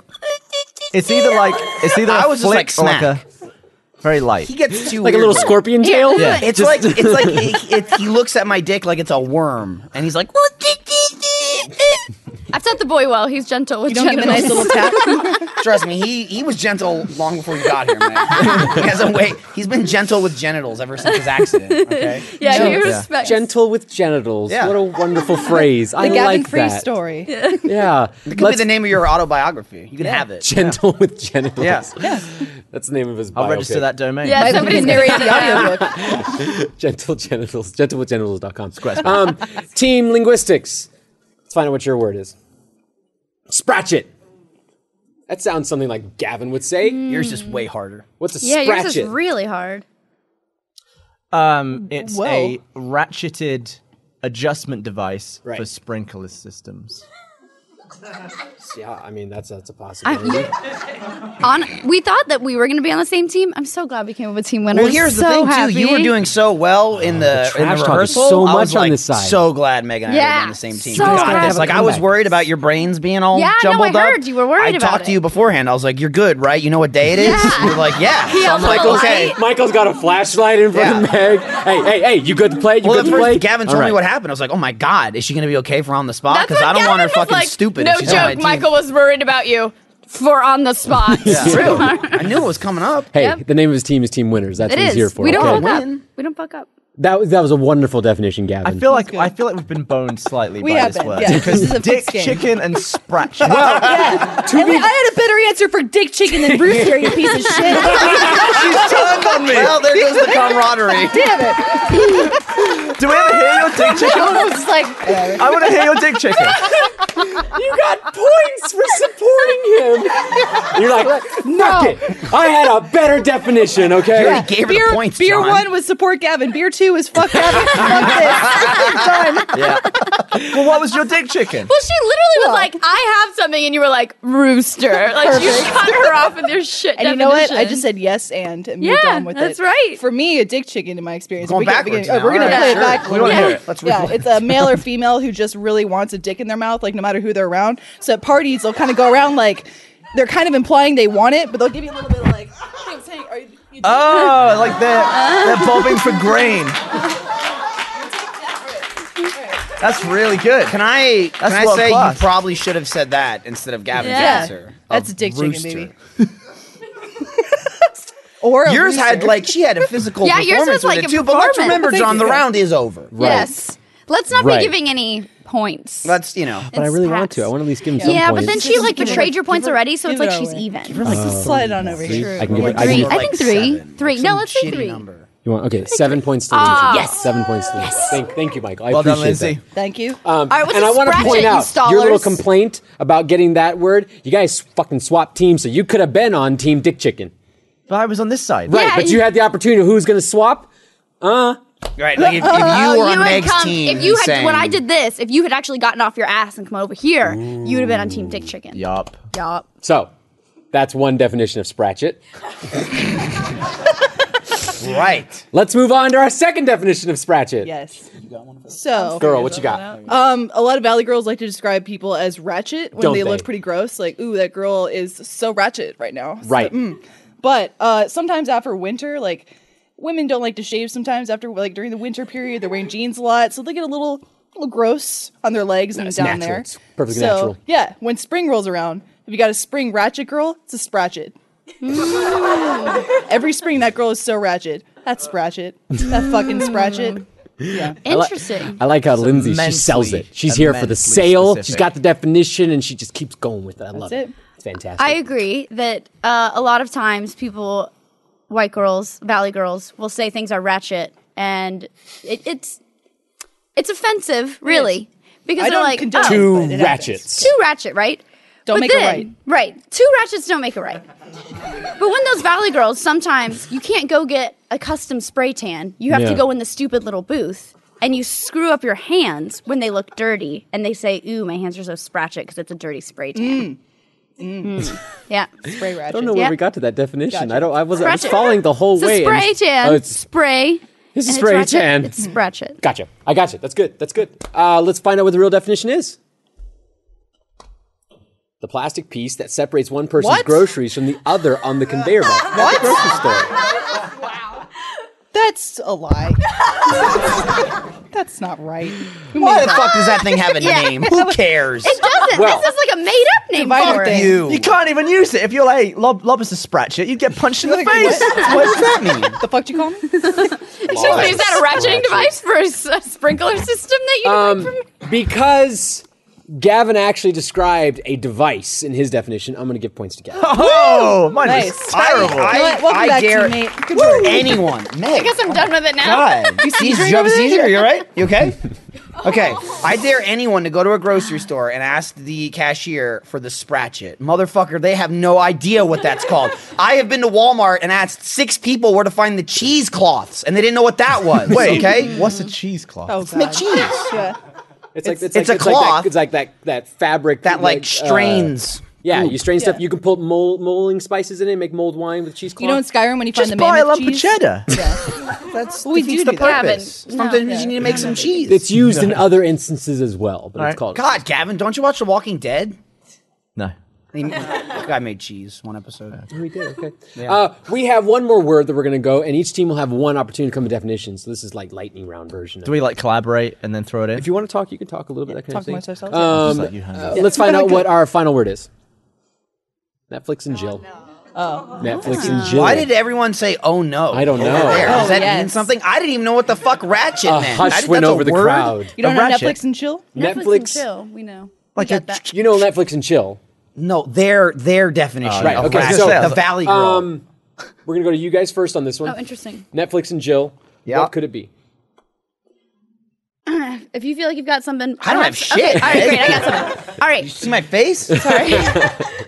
[SPEAKER 4] It's either like it's either
[SPEAKER 5] I
[SPEAKER 4] a
[SPEAKER 5] was just
[SPEAKER 4] flick
[SPEAKER 5] like
[SPEAKER 4] or like a very light.
[SPEAKER 5] he gets too
[SPEAKER 1] Like a little
[SPEAKER 5] weird.
[SPEAKER 1] scorpion
[SPEAKER 6] Yeah.
[SPEAKER 1] tail?
[SPEAKER 6] Yeah.
[SPEAKER 5] It's
[SPEAKER 4] Just-
[SPEAKER 5] like it's like he, it, he looks at my dick like it's a worm, and he's like,
[SPEAKER 6] I've taught the boy well. He's gentle with
[SPEAKER 3] You don't give him a
[SPEAKER 6] genitals.
[SPEAKER 3] nice little tap.
[SPEAKER 5] "Trust me, he he was gentle long before you got here, man. he has a way. He's been gentle with genitals ever since his accident. Okay,
[SPEAKER 6] yeah,
[SPEAKER 4] Gentle.
[SPEAKER 6] he
[SPEAKER 4] Yeah.
[SPEAKER 6] respects.
[SPEAKER 1] Gentle with genitals.
[SPEAKER 5] Yeah.
[SPEAKER 1] What a wonderful phrase. I
[SPEAKER 3] The Gavin
[SPEAKER 1] like
[SPEAKER 3] Free
[SPEAKER 1] that.
[SPEAKER 3] story.
[SPEAKER 1] Yeah.
[SPEAKER 5] it could be the name of your autobiography. You can have it.
[SPEAKER 1] Gentle with genitals.
[SPEAKER 4] Yeah.
[SPEAKER 1] That's the name of his
[SPEAKER 4] I'll
[SPEAKER 1] biopic.
[SPEAKER 4] register that domain.
[SPEAKER 6] Yeah,
[SPEAKER 3] Michael
[SPEAKER 6] somebody's
[SPEAKER 3] Keaton's gonna
[SPEAKER 6] narrating
[SPEAKER 3] the
[SPEAKER 6] that.
[SPEAKER 3] audiobook.
[SPEAKER 1] Gentle genitals. Gentle with genitals.com. Um, team linguistics. Let's find out what your word is. Spratchet. That sounds something like Gavin would say.
[SPEAKER 5] Yours is way harder.
[SPEAKER 1] What's a
[SPEAKER 6] Yeah, yours is
[SPEAKER 1] spratchet?
[SPEAKER 6] really hard.
[SPEAKER 4] Um, it's
[SPEAKER 3] Whoa.
[SPEAKER 4] a ratcheted adjustment device
[SPEAKER 1] Right.
[SPEAKER 4] for sprinkler systems.
[SPEAKER 1] yeah, I mean that's that's a possibility.
[SPEAKER 6] On, we thought that we were going to be on the same team. I'm so glad we came up with team winners.
[SPEAKER 5] Well, here's the
[SPEAKER 6] So
[SPEAKER 5] thing, too.
[SPEAKER 6] happy.
[SPEAKER 5] You were doing so well in the, in
[SPEAKER 1] Oh, trash
[SPEAKER 5] the
[SPEAKER 1] talk is
[SPEAKER 5] rehearsal.
[SPEAKER 1] so
[SPEAKER 5] I was,
[SPEAKER 1] much on
[SPEAKER 5] like,
[SPEAKER 1] this side.
[SPEAKER 5] So glad Megan and I
[SPEAKER 6] Yeah,
[SPEAKER 5] were on the same team.
[SPEAKER 6] so
[SPEAKER 5] You got
[SPEAKER 6] glad.
[SPEAKER 5] this. Like I was worried about your brains being all
[SPEAKER 6] Yeah, no,
[SPEAKER 5] jumbled
[SPEAKER 6] I
[SPEAKER 5] up.
[SPEAKER 6] heard. You were worried
[SPEAKER 5] I
[SPEAKER 6] about
[SPEAKER 5] talked to
[SPEAKER 6] it.
[SPEAKER 5] you beforehand. I was like, "You're good, right? You know what day it is."
[SPEAKER 6] Yeah.
[SPEAKER 5] You're like, "Yeah."
[SPEAKER 6] He
[SPEAKER 5] So I'm
[SPEAKER 6] also
[SPEAKER 5] like,
[SPEAKER 6] lied.
[SPEAKER 5] "Okay."
[SPEAKER 1] Michael's got a flashlight in front of
[SPEAKER 5] Yeah.
[SPEAKER 1] Meg. Hey, hey, hey! You good to play? You
[SPEAKER 5] Well,
[SPEAKER 1] good
[SPEAKER 5] at
[SPEAKER 1] to play?
[SPEAKER 5] first, Gavin told
[SPEAKER 1] All
[SPEAKER 5] me
[SPEAKER 1] right.
[SPEAKER 5] what happened. I was like, "Oh my god, is she going to be okay for on the spot?"
[SPEAKER 6] That's
[SPEAKER 5] Because
[SPEAKER 6] what
[SPEAKER 5] I don't want her
[SPEAKER 6] Gavin was
[SPEAKER 5] fucking
[SPEAKER 6] like,
[SPEAKER 5] stupid.
[SPEAKER 6] No
[SPEAKER 5] if she's on my
[SPEAKER 6] joke.
[SPEAKER 5] team."
[SPEAKER 6] Michael was worried about you for on the spot.
[SPEAKER 5] True. I knew it was coming up.
[SPEAKER 1] Hey,
[SPEAKER 6] Yep.
[SPEAKER 1] the name of his team is Team Winners. That's
[SPEAKER 6] It
[SPEAKER 1] what he's
[SPEAKER 6] is.
[SPEAKER 1] here for.
[SPEAKER 6] we don't
[SPEAKER 1] okay.
[SPEAKER 6] fuck up.
[SPEAKER 5] Win.
[SPEAKER 6] We don't fuck up.
[SPEAKER 1] That was that was a wonderful definition, Gavin.
[SPEAKER 4] I feel like
[SPEAKER 3] good.
[SPEAKER 4] I feel like we've been boned slightly
[SPEAKER 3] We
[SPEAKER 4] by
[SPEAKER 3] have
[SPEAKER 4] this
[SPEAKER 3] been,
[SPEAKER 4] word
[SPEAKER 3] yeah. This
[SPEAKER 4] because
[SPEAKER 3] is a
[SPEAKER 4] dick,
[SPEAKER 3] fixed game.
[SPEAKER 4] chicken, and spratchet.
[SPEAKER 3] I, mean, I had a better answer for dick chicken than Brewster. You piece of shit.
[SPEAKER 4] she's turned on me.
[SPEAKER 5] Well, there goes the camaraderie.
[SPEAKER 4] Do we ever hear your dick chicken?
[SPEAKER 3] I was just like, whatever.
[SPEAKER 4] I want to hear your dick chicken.
[SPEAKER 1] you got points for supporting him. You're like, fuck it. I had a better definition. Okay.
[SPEAKER 5] He gave her
[SPEAKER 3] Beer,
[SPEAKER 5] the points.
[SPEAKER 3] beer
[SPEAKER 5] John.
[SPEAKER 3] one was support Gavin. Beer two was fuck Gavin. fuck this. Done.
[SPEAKER 4] Yeah. Well, what was your dick chicken?
[SPEAKER 6] Well, she literally was like, "I have something," and you were like, "Rooster." Like you cut her off with your shit.
[SPEAKER 3] And you know what? I just said yes and, and moved
[SPEAKER 6] Yeah,
[SPEAKER 3] on with it.
[SPEAKER 6] that's right.
[SPEAKER 3] For me, a dick chicken in my experience.
[SPEAKER 5] Going
[SPEAKER 3] can- can-
[SPEAKER 5] backwards
[SPEAKER 3] oh,
[SPEAKER 5] now,
[SPEAKER 3] we're gonna
[SPEAKER 5] alright,
[SPEAKER 3] play it
[SPEAKER 5] sure.
[SPEAKER 3] back.
[SPEAKER 5] We wanna
[SPEAKER 3] yeah.
[SPEAKER 5] hear it. Let's
[SPEAKER 3] yeah,
[SPEAKER 5] rewind.
[SPEAKER 3] it's a male or female who just really wants a dick in their mouth, like no matter who they're around. So at parties, they'll kind of go around like they're kind of implying they want it, but they'll give you a little bit of like, thanks, hey, are you, you
[SPEAKER 4] Oh, like they're they're bobbing for grain. That's really good.
[SPEAKER 5] Can I? Can I
[SPEAKER 4] world
[SPEAKER 5] say
[SPEAKER 4] class.
[SPEAKER 5] you probably should have said that instead of Gavin's
[SPEAKER 6] Yeah.
[SPEAKER 5] answer?
[SPEAKER 3] That's
[SPEAKER 5] of
[SPEAKER 3] a dick chicken,
[SPEAKER 5] rooster.
[SPEAKER 3] baby. or a
[SPEAKER 5] Yours had
[SPEAKER 3] rooster.
[SPEAKER 5] like she had a physical.
[SPEAKER 6] Yeah, yours was
[SPEAKER 5] performance
[SPEAKER 6] like
[SPEAKER 5] with it
[SPEAKER 6] a
[SPEAKER 5] too, But let's
[SPEAKER 6] performance.
[SPEAKER 5] remember, John, the round is over.
[SPEAKER 6] yes. Let's not
[SPEAKER 1] Right.
[SPEAKER 6] be giving any points.
[SPEAKER 5] Let's you know.
[SPEAKER 1] But I
[SPEAKER 6] It's
[SPEAKER 1] really
[SPEAKER 6] past.
[SPEAKER 1] want to. I want to at least give him some
[SPEAKER 6] yeah,
[SPEAKER 1] points. Oh,
[SPEAKER 6] but then she like
[SPEAKER 3] Give it
[SPEAKER 6] betrayed
[SPEAKER 3] a-
[SPEAKER 6] your points
[SPEAKER 3] give it-
[SPEAKER 6] already, so
[SPEAKER 3] give
[SPEAKER 6] it's like
[SPEAKER 3] it
[SPEAKER 6] she's
[SPEAKER 3] away.
[SPEAKER 6] even.
[SPEAKER 5] Like
[SPEAKER 3] slide it on over here.
[SPEAKER 1] I can give
[SPEAKER 6] Yeah,
[SPEAKER 1] it. I
[SPEAKER 6] three.
[SPEAKER 1] can,
[SPEAKER 6] I think three. Three. No,
[SPEAKER 5] some
[SPEAKER 6] let's say
[SPEAKER 5] shitty
[SPEAKER 6] three.
[SPEAKER 5] Number.
[SPEAKER 1] you want okay? Seven points to
[SPEAKER 6] ah,
[SPEAKER 1] Lindsay. Yes. Seven points to Lindsay. Thank, thank you, Michael. I
[SPEAKER 4] Well done,
[SPEAKER 1] appreciate
[SPEAKER 4] Lindsay.
[SPEAKER 1] that. Um,
[SPEAKER 3] Thank you.
[SPEAKER 6] All right, what's
[SPEAKER 1] and
[SPEAKER 6] a
[SPEAKER 1] I want to
[SPEAKER 6] scratch
[SPEAKER 1] point
[SPEAKER 6] it, you
[SPEAKER 1] out
[SPEAKER 6] stallers?
[SPEAKER 1] your little complaint about getting that word. You guys fucking swapped teams, so you could have been on Team Dick Chicken,
[SPEAKER 4] But I was on this side.
[SPEAKER 1] right?
[SPEAKER 6] Yeah,
[SPEAKER 1] but
[SPEAKER 6] you-
[SPEAKER 1] you had the opportunity. Who's going to swap?
[SPEAKER 5] Right. Like if, if you
[SPEAKER 6] Oh,
[SPEAKER 5] were on
[SPEAKER 6] had
[SPEAKER 5] Meg's
[SPEAKER 6] come-
[SPEAKER 5] team,
[SPEAKER 6] if you had
[SPEAKER 5] saying,
[SPEAKER 6] when I did this, if you had actually gotten off your ass and come over here, you would have been on Team Dick Chicken.
[SPEAKER 4] Yup.
[SPEAKER 6] Yup.
[SPEAKER 1] So That's one definition of spratchet.
[SPEAKER 5] Right.
[SPEAKER 1] Let's move on to our second definition of spratchet.
[SPEAKER 3] Yes. So,
[SPEAKER 1] Girl, what you got?
[SPEAKER 3] um, a lot of valley girls like to describe people as ratchet when
[SPEAKER 1] Don't
[SPEAKER 3] they,
[SPEAKER 1] they?
[SPEAKER 3] look pretty gross. Like, ooh, that girl is so ratchet right now. So-
[SPEAKER 1] Right.
[SPEAKER 6] Mm.
[SPEAKER 3] But uh, sometimes after winter, like women don't like to shave. Sometimes after like during the winter period, they're wearing jeans a lot, so they get a little, little gross on their legs and
[SPEAKER 1] It's
[SPEAKER 3] down
[SPEAKER 1] natural.
[SPEAKER 3] there.
[SPEAKER 1] It's perfectly
[SPEAKER 3] so,
[SPEAKER 1] natural.
[SPEAKER 3] Yeah, when spring rolls around, if you got a spring ratchet girl, it's a spratchet. Every spring, that girl is so ratchet. That's spratchet. That fucking spratchet.
[SPEAKER 1] I,
[SPEAKER 6] Interesting.
[SPEAKER 1] like how Lindsay, she
[SPEAKER 4] immensely-
[SPEAKER 1] sells it. She's here for the
[SPEAKER 4] immensely
[SPEAKER 1] sale. She's
[SPEAKER 4] specific.
[SPEAKER 1] got the definition and she just keeps going with it. I love it.
[SPEAKER 3] it.
[SPEAKER 1] It's fantastic.
[SPEAKER 6] I agree that uh, a lot of times people, white girls, valley girls, will say things are ratchet, and it, it's it's offensive, really, because
[SPEAKER 3] I
[SPEAKER 6] they're
[SPEAKER 3] don't
[SPEAKER 6] like
[SPEAKER 3] condone
[SPEAKER 6] oh,
[SPEAKER 1] Two
[SPEAKER 3] But it happens.
[SPEAKER 1] ratchets.
[SPEAKER 6] two ratchet, right?
[SPEAKER 3] Don't make it
[SPEAKER 6] right. Right. Two ratchets don't make it right. but when those valley girls, sometimes you can't go get a custom spray tan. You have
[SPEAKER 1] Yeah.
[SPEAKER 6] to go in the stupid little booth and you screw up your hands when they look dirty and they say, ooh, my hands are so spratchet because it's a dirty spray tan. Mm. Yeah.
[SPEAKER 3] Spray ratchet.
[SPEAKER 1] I don't know where
[SPEAKER 6] Yeah.
[SPEAKER 1] we got to that definition.
[SPEAKER 3] Gotcha.
[SPEAKER 1] I don't. I was. I was
[SPEAKER 6] Ratchet.
[SPEAKER 1] following the whole
[SPEAKER 6] It's
[SPEAKER 1] way.
[SPEAKER 6] a
[SPEAKER 1] and-
[SPEAKER 6] spray tan.
[SPEAKER 1] Oh, it's-
[SPEAKER 6] spray.
[SPEAKER 1] It's a
[SPEAKER 6] and
[SPEAKER 1] spray
[SPEAKER 6] ratchet.
[SPEAKER 1] tan.
[SPEAKER 6] It's spratchet.
[SPEAKER 1] gotcha. I gotcha. That's good. That's good. Uh, let's find out what the real definition is. The plastic piece that separates one person's
[SPEAKER 3] What?
[SPEAKER 1] groceries from the other on the conveyor belt. at the
[SPEAKER 3] What?
[SPEAKER 1] grocery store.
[SPEAKER 3] That's a lie. That's not right.
[SPEAKER 5] Why the fuck does that thing have a
[SPEAKER 6] Yeah.
[SPEAKER 5] name? Who cares?
[SPEAKER 6] It doesn't.
[SPEAKER 1] Well-
[SPEAKER 6] this is like a made up name
[SPEAKER 3] Divider
[SPEAKER 6] for it.
[SPEAKER 3] thing.
[SPEAKER 5] You.
[SPEAKER 4] You can't even use it. If you're like, hey, lob- lobster spratchet, you'd get punched in the
[SPEAKER 3] Like,
[SPEAKER 4] face.
[SPEAKER 3] what?
[SPEAKER 4] what does that mean?
[SPEAKER 3] The fuck do you call me?
[SPEAKER 6] Excuse me, is that a ratcheting device for a, s- a sprinkler system that you um, from?
[SPEAKER 1] Because Gavin actually described a device in his definition, I'm going to give points to Gavin.
[SPEAKER 4] Oh, mine
[SPEAKER 3] Nice.
[SPEAKER 4] was terrible.
[SPEAKER 5] I-
[SPEAKER 3] You know what? Welcome
[SPEAKER 5] I
[SPEAKER 3] back,
[SPEAKER 5] dare-
[SPEAKER 3] teammate. Good work.
[SPEAKER 5] Anyone. Meg.
[SPEAKER 6] I guess I'm done with it now.
[SPEAKER 5] God. You
[SPEAKER 3] seizure
[SPEAKER 5] you have a
[SPEAKER 3] over there?
[SPEAKER 5] seizure. You're right. You okay? Okay. I dare anyone to go to a grocery store and ask the cashier for the spratchet. Motherfucker, they have no idea what that's called. I have been to Walmart and asked six people where to find the cheesecloths, and they didn't know what that was.
[SPEAKER 4] Wait,
[SPEAKER 5] Okay.
[SPEAKER 4] What's a cheesecloth?
[SPEAKER 3] Oh,
[SPEAKER 5] It's make
[SPEAKER 3] God.
[SPEAKER 5] cheese.
[SPEAKER 3] Yeah.
[SPEAKER 1] It's like
[SPEAKER 5] it's a
[SPEAKER 1] like that-
[SPEAKER 5] cloth.
[SPEAKER 1] it's like that that fabric
[SPEAKER 5] That like
[SPEAKER 1] uh,
[SPEAKER 5] strains.
[SPEAKER 1] yeah, you strain stuff.
[SPEAKER 3] Yeah.
[SPEAKER 1] You can put mold, molding spices in it, make mold wine with cheesecloth.
[SPEAKER 3] You know in Skyrim when you
[SPEAKER 4] Just
[SPEAKER 3] find the
[SPEAKER 4] buy a
[SPEAKER 3] mammoth
[SPEAKER 4] lump
[SPEAKER 3] cheese?
[SPEAKER 4] of cheddar.
[SPEAKER 3] Yeah.
[SPEAKER 5] That's
[SPEAKER 3] we
[SPEAKER 5] defeats
[SPEAKER 3] do
[SPEAKER 5] the
[SPEAKER 3] do that.
[SPEAKER 5] purpose.
[SPEAKER 6] Gavin, no.
[SPEAKER 5] Sometimes
[SPEAKER 6] Yeah.
[SPEAKER 5] you need to make some cheese.
[SPEAKER 1] It's used in other instances as well, but it's
[SPEAKER 4] Alright.
[SPEAKER 1] called.
[SPEAKER 5] God, Gavin, don't you watch The Walking Dead?
[SPEAKER 4] No.
[SPEAKER 5] They- That guy made cheese one episode.
[SPEAKER 1] We did okay. Uh, we have one more word that we're going to go, and each team will have one opportunity to come to definition. So this is like lightning round version. Of
[SPEAKER 4] Do we like collaborate and then throw it in?
[SPEAKER 1] If you want to talk, you can talk a little bit. That kind
[SPEAKER 3] Talk
[SPEAKER 1] of
[SPEAKER 3] amongst
[SPEAKER 1] thing.
[SPEAKER 3] ourselves.
[SPEAKER 4] Just let you handle
[SPEAKER 1] Uh,
[SPEAKER 4] it.
[SPEAKER 1] Let's find out what our final word is. Netflix and Jill. Oh, Netflix and Jill.
[SPEAKER 5] Why did everyone say "Oh no"?
[SPEAKER 1] I don't
[SPEAKER 5] over
[SPEAKER 1] know.
[SPEAKER 5] there? Does
[SPEAKER 3] Oh,
[SPEAKER 5] that mean
[SPEAKER 3] yes.
[SPEAKER 5] something? I didn't even know what the fuck ratchet
[SPEAKER 1] a
[SPEAKER 5] meant. I
[SPEAKER 1] hush
[SPEAKER 5] didn't-
[SPEAKER 1] went
[SPEAKER 5] that's a
[SPEAKER 1] over the
[SPEAKER 5] word?
[SPEAKER 1] crowd?
[SPEAKER 3] you don't
[SPEAKER 4] A
[SPEAKER 3] know
[SPEAKER 4] ratchet.
[SPEAKER 3] Netflix and chill?
[SPEAKER 6] Netflix and
[SPEAKER 1] Netflix-
[SPEAKER 6] chill. We know.
[SPEAKER 5] Like
[SPEAKER 6] we
[SPEAKER 5] a
[SPEAKER 6] got that.
[SPEAKER 1] You know Netflix and Chill.
[SPEAKER 5] No, their their definition.
[SPEAKER 1] Right,
[SPEAKER 5] Of
[SPEAKER 1] okay,
[SPEAKER 5] ratchet.
[SPEAKER 1] so-
[SPEAKER 5] the Valley Girl.
[SPEAKER 1] Um, we're gonna go to you guys first on this one.
[SPEAKER 6] Oh, interesting.
[SPEAKER 1] Netflix and Jill.
[SPEAKER 5] Yeah.
[SPEAKER 1] What could it be?
[SPEAKER 6] If you feel like you've got something,
[SPEAKER 5] I don't have
[SPEAKER 6] Okay.
[SPEAKER 5] shit.
[SPEAKER 6] All right, great. I got something. All right.
[SPEAKER 5] See my face?
[SPEAKER 6] Sorry.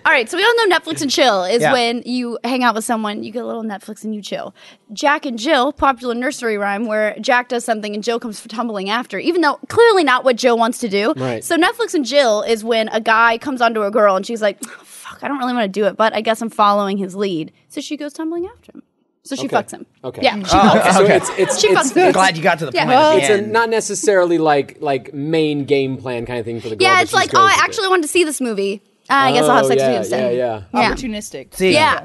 [SPEAKER 6] All right, so we all know Netflix and chill is
[SPEAKER 5] Yeah.
[SPEAKER 6] when you hang out with someone, you get a little Netflix and you chill. Jack and Jill, popular nursery rhyme where Jack does something and Jill comes tumbling after, even though clearly not what Jill wants to do.
[SPEAKER 1] Right.
[SPEAKER 6] So Netflix and Jill is when a guy comes onto a girl and she's like, "Oh, "Fuck, I don't really want to do it, but I guess I'm following his lead." So she goes tumbling after him. So she
[SPEAKER 1] Okay.
[SPEAKER 6] fucks him.
[SPEAKER 1] Okay. Oh,
[SPEAKER 6] Yeah. She
[SPEAKER 5] Uh,
[SPEAKER 6] fucks
[SPEAKER 1] So
[SPEAKER 6] him.
[SPEAKER 1] it's it's
[SPEAKER 6] She
[SPEAKER 1] it's,
[SPEAKER 6] fucks him.
[SPEAKER 5] Glad you got to the
[SPEAKER 6] Yeah.
[SPEAKER 5] point. at the
[SPEAKER 1] it's a,
[SPEAKER 5] end.
[SPEAKER 1] not necessarily like like main game plan kind of thing for the girl.
[SPEAKER 6] Yeah,
[SPEAKER 1] but
[SPEAKER 6] it's
[SPEAKER 1] she
[SPEAKER 6] like,
[SPEAKER 1] just
[SPEAKER 6] oh,
[SPEAKER 1] goes
[SPEAKER 6] I
[SPEAKER 1] with it.
[SPEAKER 6] actually wanted to see this movie. Uh, I guess I'll have
[SPEAKER 1] Oh,
[SPEAKER 6] sex
[SPEAKER 1] yeah,
[SPEAKER 6] with you instead.
[SPEAKER 1] Yeah, yeah.
[SPEAKER 6] Yeah.
[SPEAKER 3] Opportunistic.
[SPEAKER 5] See,
[SPEAKER 6] Yeah.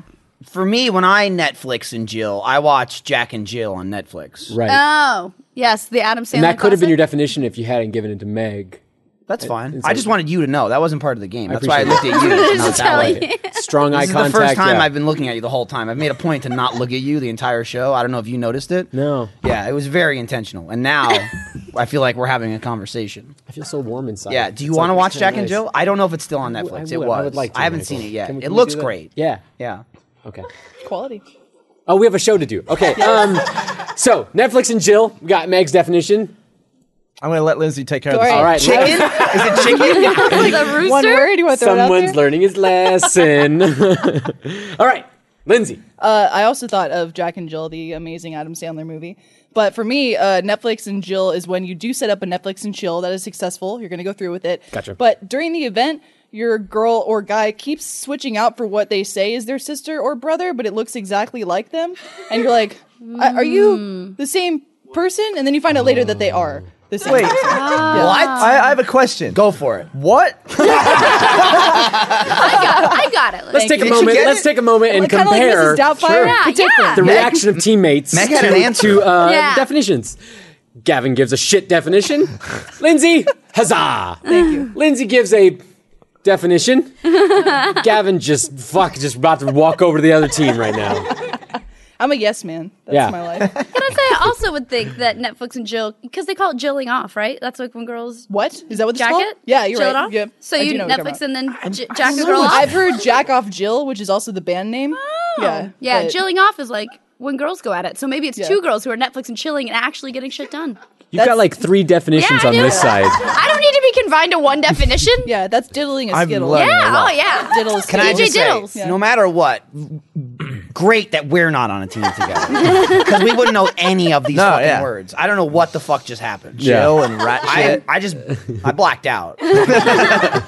[SPEAKER 5] For me, when I Netflix and Jill, I watch Jack and Jill on Netflix.
[SPEAKER 1] Right.
[SPEAKER 6] Oh, yes, the Adam Sandler.
[SPEAKER 1] and that could have been your
[SPEAKER 6] classic.
[SPEAKER 1] definition if you hadn't given it to Meg.
[SPEAKER 5] That's fine.
[SPEAKER 1] it's
[SPEAKER 5] I just
[SPEAKER 1] like-
[SPEAKER 5] wanted you to know that wasn't part of the game. That's why I looked
[SPEAKER 1] appreciate
[SPEAKER 5] at you. not
[SPEAKER 6] Oh,
[SPEAKER 5] that way.
[SPEAKER 1] Strong eye
[SPEAKER 5] This is
[SPEAKER 1] contact.
[SPEAKER 5] the first time
[SPEAKER 1] yeah.
[SPEAKER 5] I've been looking at you the whole time. I've made a point to not look at you the entire show. I don't know if you noticed it.
[SPEAKER 1] No.
[SPEAKER 5] Yeah, it was very intentional. And now I feel like we're having a conversation.
[SPEAKER 1] I feel so warm inside.
[SPEAKER 5] Yeah. Do you
[SPEAKER 1] It's
[SPEAKER 5] want to
[SPEAKER 1] like-
[SPEAKER 5] watch
[SPEAKER 1] it's
[SPEAKER 5] Jack and
[SPEAKER 1] nice.
[SPEAKER 5] Jill? I don't know if it's still on
[SPEAKER 1] I
[SPEAKER 5] Netflix.
[SPEAKER 1] would-
[SPEAKER 5] it was.
[SPEAKER 1] I would like to.
[SPEAKER 5] I haven't
[SPEAKER 1] Michael.
[SPEAKER 5] seen it yet.
[SPEAKER 1] Can we-
[SPEAKER 5] it
[SPEAKER 1] can we
[SPEAKER 5] looks
[SPEAKER 1] do that?
[SPEAKER 5] great.
[SPEAKER 1] Yeah.
[SPEAKER 5] Yeah.
[SPEAKER 1] Okay.
[SPEAKER 3] Quality.
[SPEAKER 1] Oh, we have a show to do. Okay. Um, so Netflix and Jill we got Meg's definition.
[SPEAKER 4] I'm going to let Lindsay take care of
[SPEAKER 3] All
[SPEAKER 4] this.
[SPEAKER 1] All right.
[SPEAKER 5] Chicken? Is it chicken?
[SPEAKER 6] the rooster.
[SPEAKER 3] One word you want to throw it out
[SPEAKER 1] Someone's
[SPEAKER 3] there?
[SPEAKER 1] learning his lesson. All right, Lindsay.
[SPEAKER 3] Uh, I also thought of Jack and Jill, the amazing Adam Sandler movie. But for me, uh, Netflix and Jill is when you do set up a Netflix and Chill that is successful. You're going to go through with it.
[SPEAKER 1] Gotcha.
[SPEAKER 3] But during the event, your girl or guy keeps switching out for what they say is their sister or brother, but it looks exactly like them, and you're like, "I- "Are you the same person?" And then you find out later that they are the same.
[SPEAKER 4] Wait,
[SPEAKER 3] person.
[SPEAKER 5] What?
[SPEAKER 4] I, I have a question.
[SPEAKER 5] Go for it.
[SPEAKER 4] What?
[SPEAKER 6] I got it.
[SPEAKER 1] Let's
[SPEAKER 6] Like,
[SPEAKER 1] take a
[SPEAKER 5] you
[SPEAKER 1] moment.
[SPEAKER 5] get
[SPEAKER 1] Let's
[SPEAKER 5] it?
[SPEAKER 1] take a moment and
[SPEAKER 3] Kind of like
[SPEAKER 1] compare
[SPEAKER 3] Mrs. Doubtfire.
[SPEAKER 6] Yeah,
[SPEAKER 3] particularly.
[SPEAKER 6] yeah.
[SPEAKER 1] the reaction of teammates
[SPEAKER 5] Meg had
[SPEAKER 1] to,
[SPEAKER 5] an answer.
[SPEAKER 1] to, uh,
[SPEAKER 6] Yeah.
[SPEAKER 1] definitions. Gavin gives a shit definition. Lindsay, huzzah! Thank you. Lindsay gives a definition. Gavin just fuck, just about to walk over to the other team right now.
[SPEAKER 3] I'm a yes man. That's
[SPEAKER 1] Yeah.
[SPEAKER 3] my life.
[SPEAKER 6] Can I say I also would think that Netflix and Jill because they call it jilling off, right? That's like when girls
[SPEAKER 3] What is that? What it's
[SPEAKER 6] jack
[SPEAKER 3] called?
[SPEAKER 6] it.
[SPEAKER 3] Yeah, you're
[SPEAKER 6] Jill It
[SPEAKER 3] right.
[SPEAKER 6] off?
[SPEAKER 3] Yeah,
[SPEAKER 6] So
[SPEAKER 3] I do
[SPEAKER 6] you
[SPEAKER 3] know what you're
[SPEAKER 6] Netflix
[SPEAKER 3] talking
[SPEAKER 6] and then j-
[SPEAKER 3] about.
[SPEAKER 6] jack a girl off. Oh.
[SPEAKER 3] I've heard Jack off Jill, which is also the band name. Yeah,
[SPEAKER 6] yeah,
[SPEAKER 3] but-
[SPEAKER 6] jilling off is like when girls go at it. So maybe it's
[SPEAKER 3] Yeah.
[SPEAKER 6] two girls who are Netflix and chilling and actually getting shit done.
[SPEAKER 1] You've got
[SPEAKER 3] That's-
[SPEAKER 1] like three definitions
[SPEAKER 6] Yeah, I
[SPEAKER 1] on
[SPEAKER 6] do.
[SPEAKER 1] this side.
[SPEAKER 6] I don't need to be confined to one definition.
[SPEAKER 3] Yeah, that's diddling a
[SPEAKER 4] I've
[SPEAKER 3] skittle.
[SPEAKER 4] learned a
[SPEAKER 6] Yeah.
[SPEAKER 4] lot.
[SPEAKER 6] Oh yeah.
[SPEAKER 3] Diddle
[SPEAKER 5] Can
[SPEAKER 3] a skittle.
[SPEAKER 5] I
[SPEAKER 6] DJ
[SPEAKER 5] just
[SPEAKER 6] Diddles.
[SPEAKER 5] say, no matter what, great that we're not on a team together because we wouldn't know any of these
[SPEAKER 4] No,
[SPEAKER 5] fucking
[SPEAKER 4] yeah.
[SPEAKER 5] words. I don't know what the fuck just happened.
[SPEAKER 1] Yeah.
[SPEAKER 4] Jill and rat
[SPEAKER 5] I,
[SPEAKER 4] shit.
[SPEAKER 5] I just I blacked out.
[SPEAKER 6] You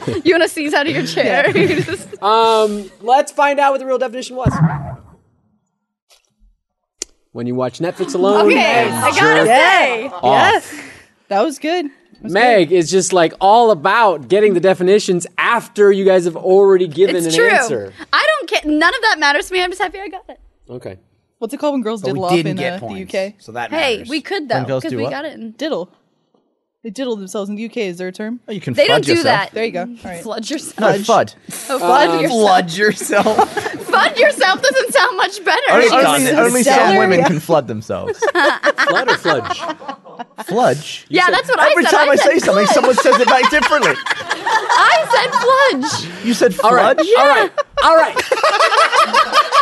[SPEAKER 6] want to seize out of your chair? You're just-
[SPEAKER 1] Let's find out what the real definition was. When you watch Netflix alone,
[SPEAKER 6] okay.
[SPEAKER 1] and
[SPEAKER 6] I
[SPEAKER 1] jerk
[SPEAKER 6] gotta say.
[SPEAKER 1] off.
[SPEAKER 3] That was good.
[SPEAKER 1] Meg is just like all about getting the definitions after you guys have already given
[SPEAKER 6] It's
[SPEAKER 1] an
[SPEAKER 6] true.
[SPEAKER 1] answer.
[SPEAKER 6] I don't care. None of that matters to me. I'm just happy I got it.
[SPEAKER 1] Okay.
[SPEAKER 3] What's it called when girls
[SPEAKER 5] But
[SPEAKER 3] diddle
[SPEAKER 5] we
[SPEAKER 3] off
[SPEAKER 5] didn't
[SPEAKER 3] in
[SPEAKER 5] get
[SPEAKER 3] uh, the
[SPEAKER 5] points,
[SPEAKER 3] UK?
[SPEAKER 5] so that
[SPEAKER 6] Hey,
[SPEAKER 5] matters.
[SPEAKER 6] we could though
[SPEAKER 4] When girls
[SPEAKER 6] because
[SPEAKER 4] do
[SPEAKER 6] we
[SPEAKER 4] what?
[SPEAKER 6] got it. In.
[SPEAKER 3] Diddle. They diddle themselves in the UK. Is there a term?
[SPEAKER 4] Oh, you can
[SPEAKER 6] They don't
[SPEAKER 4] flood
[SPEAKER 6] do
[SPEAKER 4] yourself.
[SPEAKER 6] that.
[SPEAKER 3] There you go. All right.
[SPEAKER 6] Flood yourself.
[SPEAKER 4] No, fud.
[SPEAKER 6] Oh, flood yourself.
[SPEAKER 5] flood yourself.
[SPEAKER 6] Fund yourself doesn't sound much better.
[SPEAKER 4] Only,
[SPEAKER 5] She's done
[SPEAKER 4] only-
[SPEAKER 5] it.
[SPEAKER 4] only
[SPEAKER 3] Stellar,
[SPEAKER 4] some women
[SPEAKER 3] yeah.
[SPEAKER 4] can flood themselves.
[SPEAKER 1] Flood or fludge?
[SPEAKER 4] Fludge.
[SPEAKER 6] yeah, that's what
[SPEAKER 4] Every
[SPEAKER 6] I said.
[SPEAKER 4] time I,
[SPEAKER 6] I
[SPEAKER 4] say
[SPEAKER 6] said
[SPEAKER 4] something,
[SPEAKER 6] fludge.
[SPEAKER 4] someone says it back differently.
[SPEAKER 6] I said fludge.
[SPEAKER 4] You said
[SPEAKER 1] All right.
[SPEAKER 4] fludge.
[SPEAKER 1] All right. All right. hey,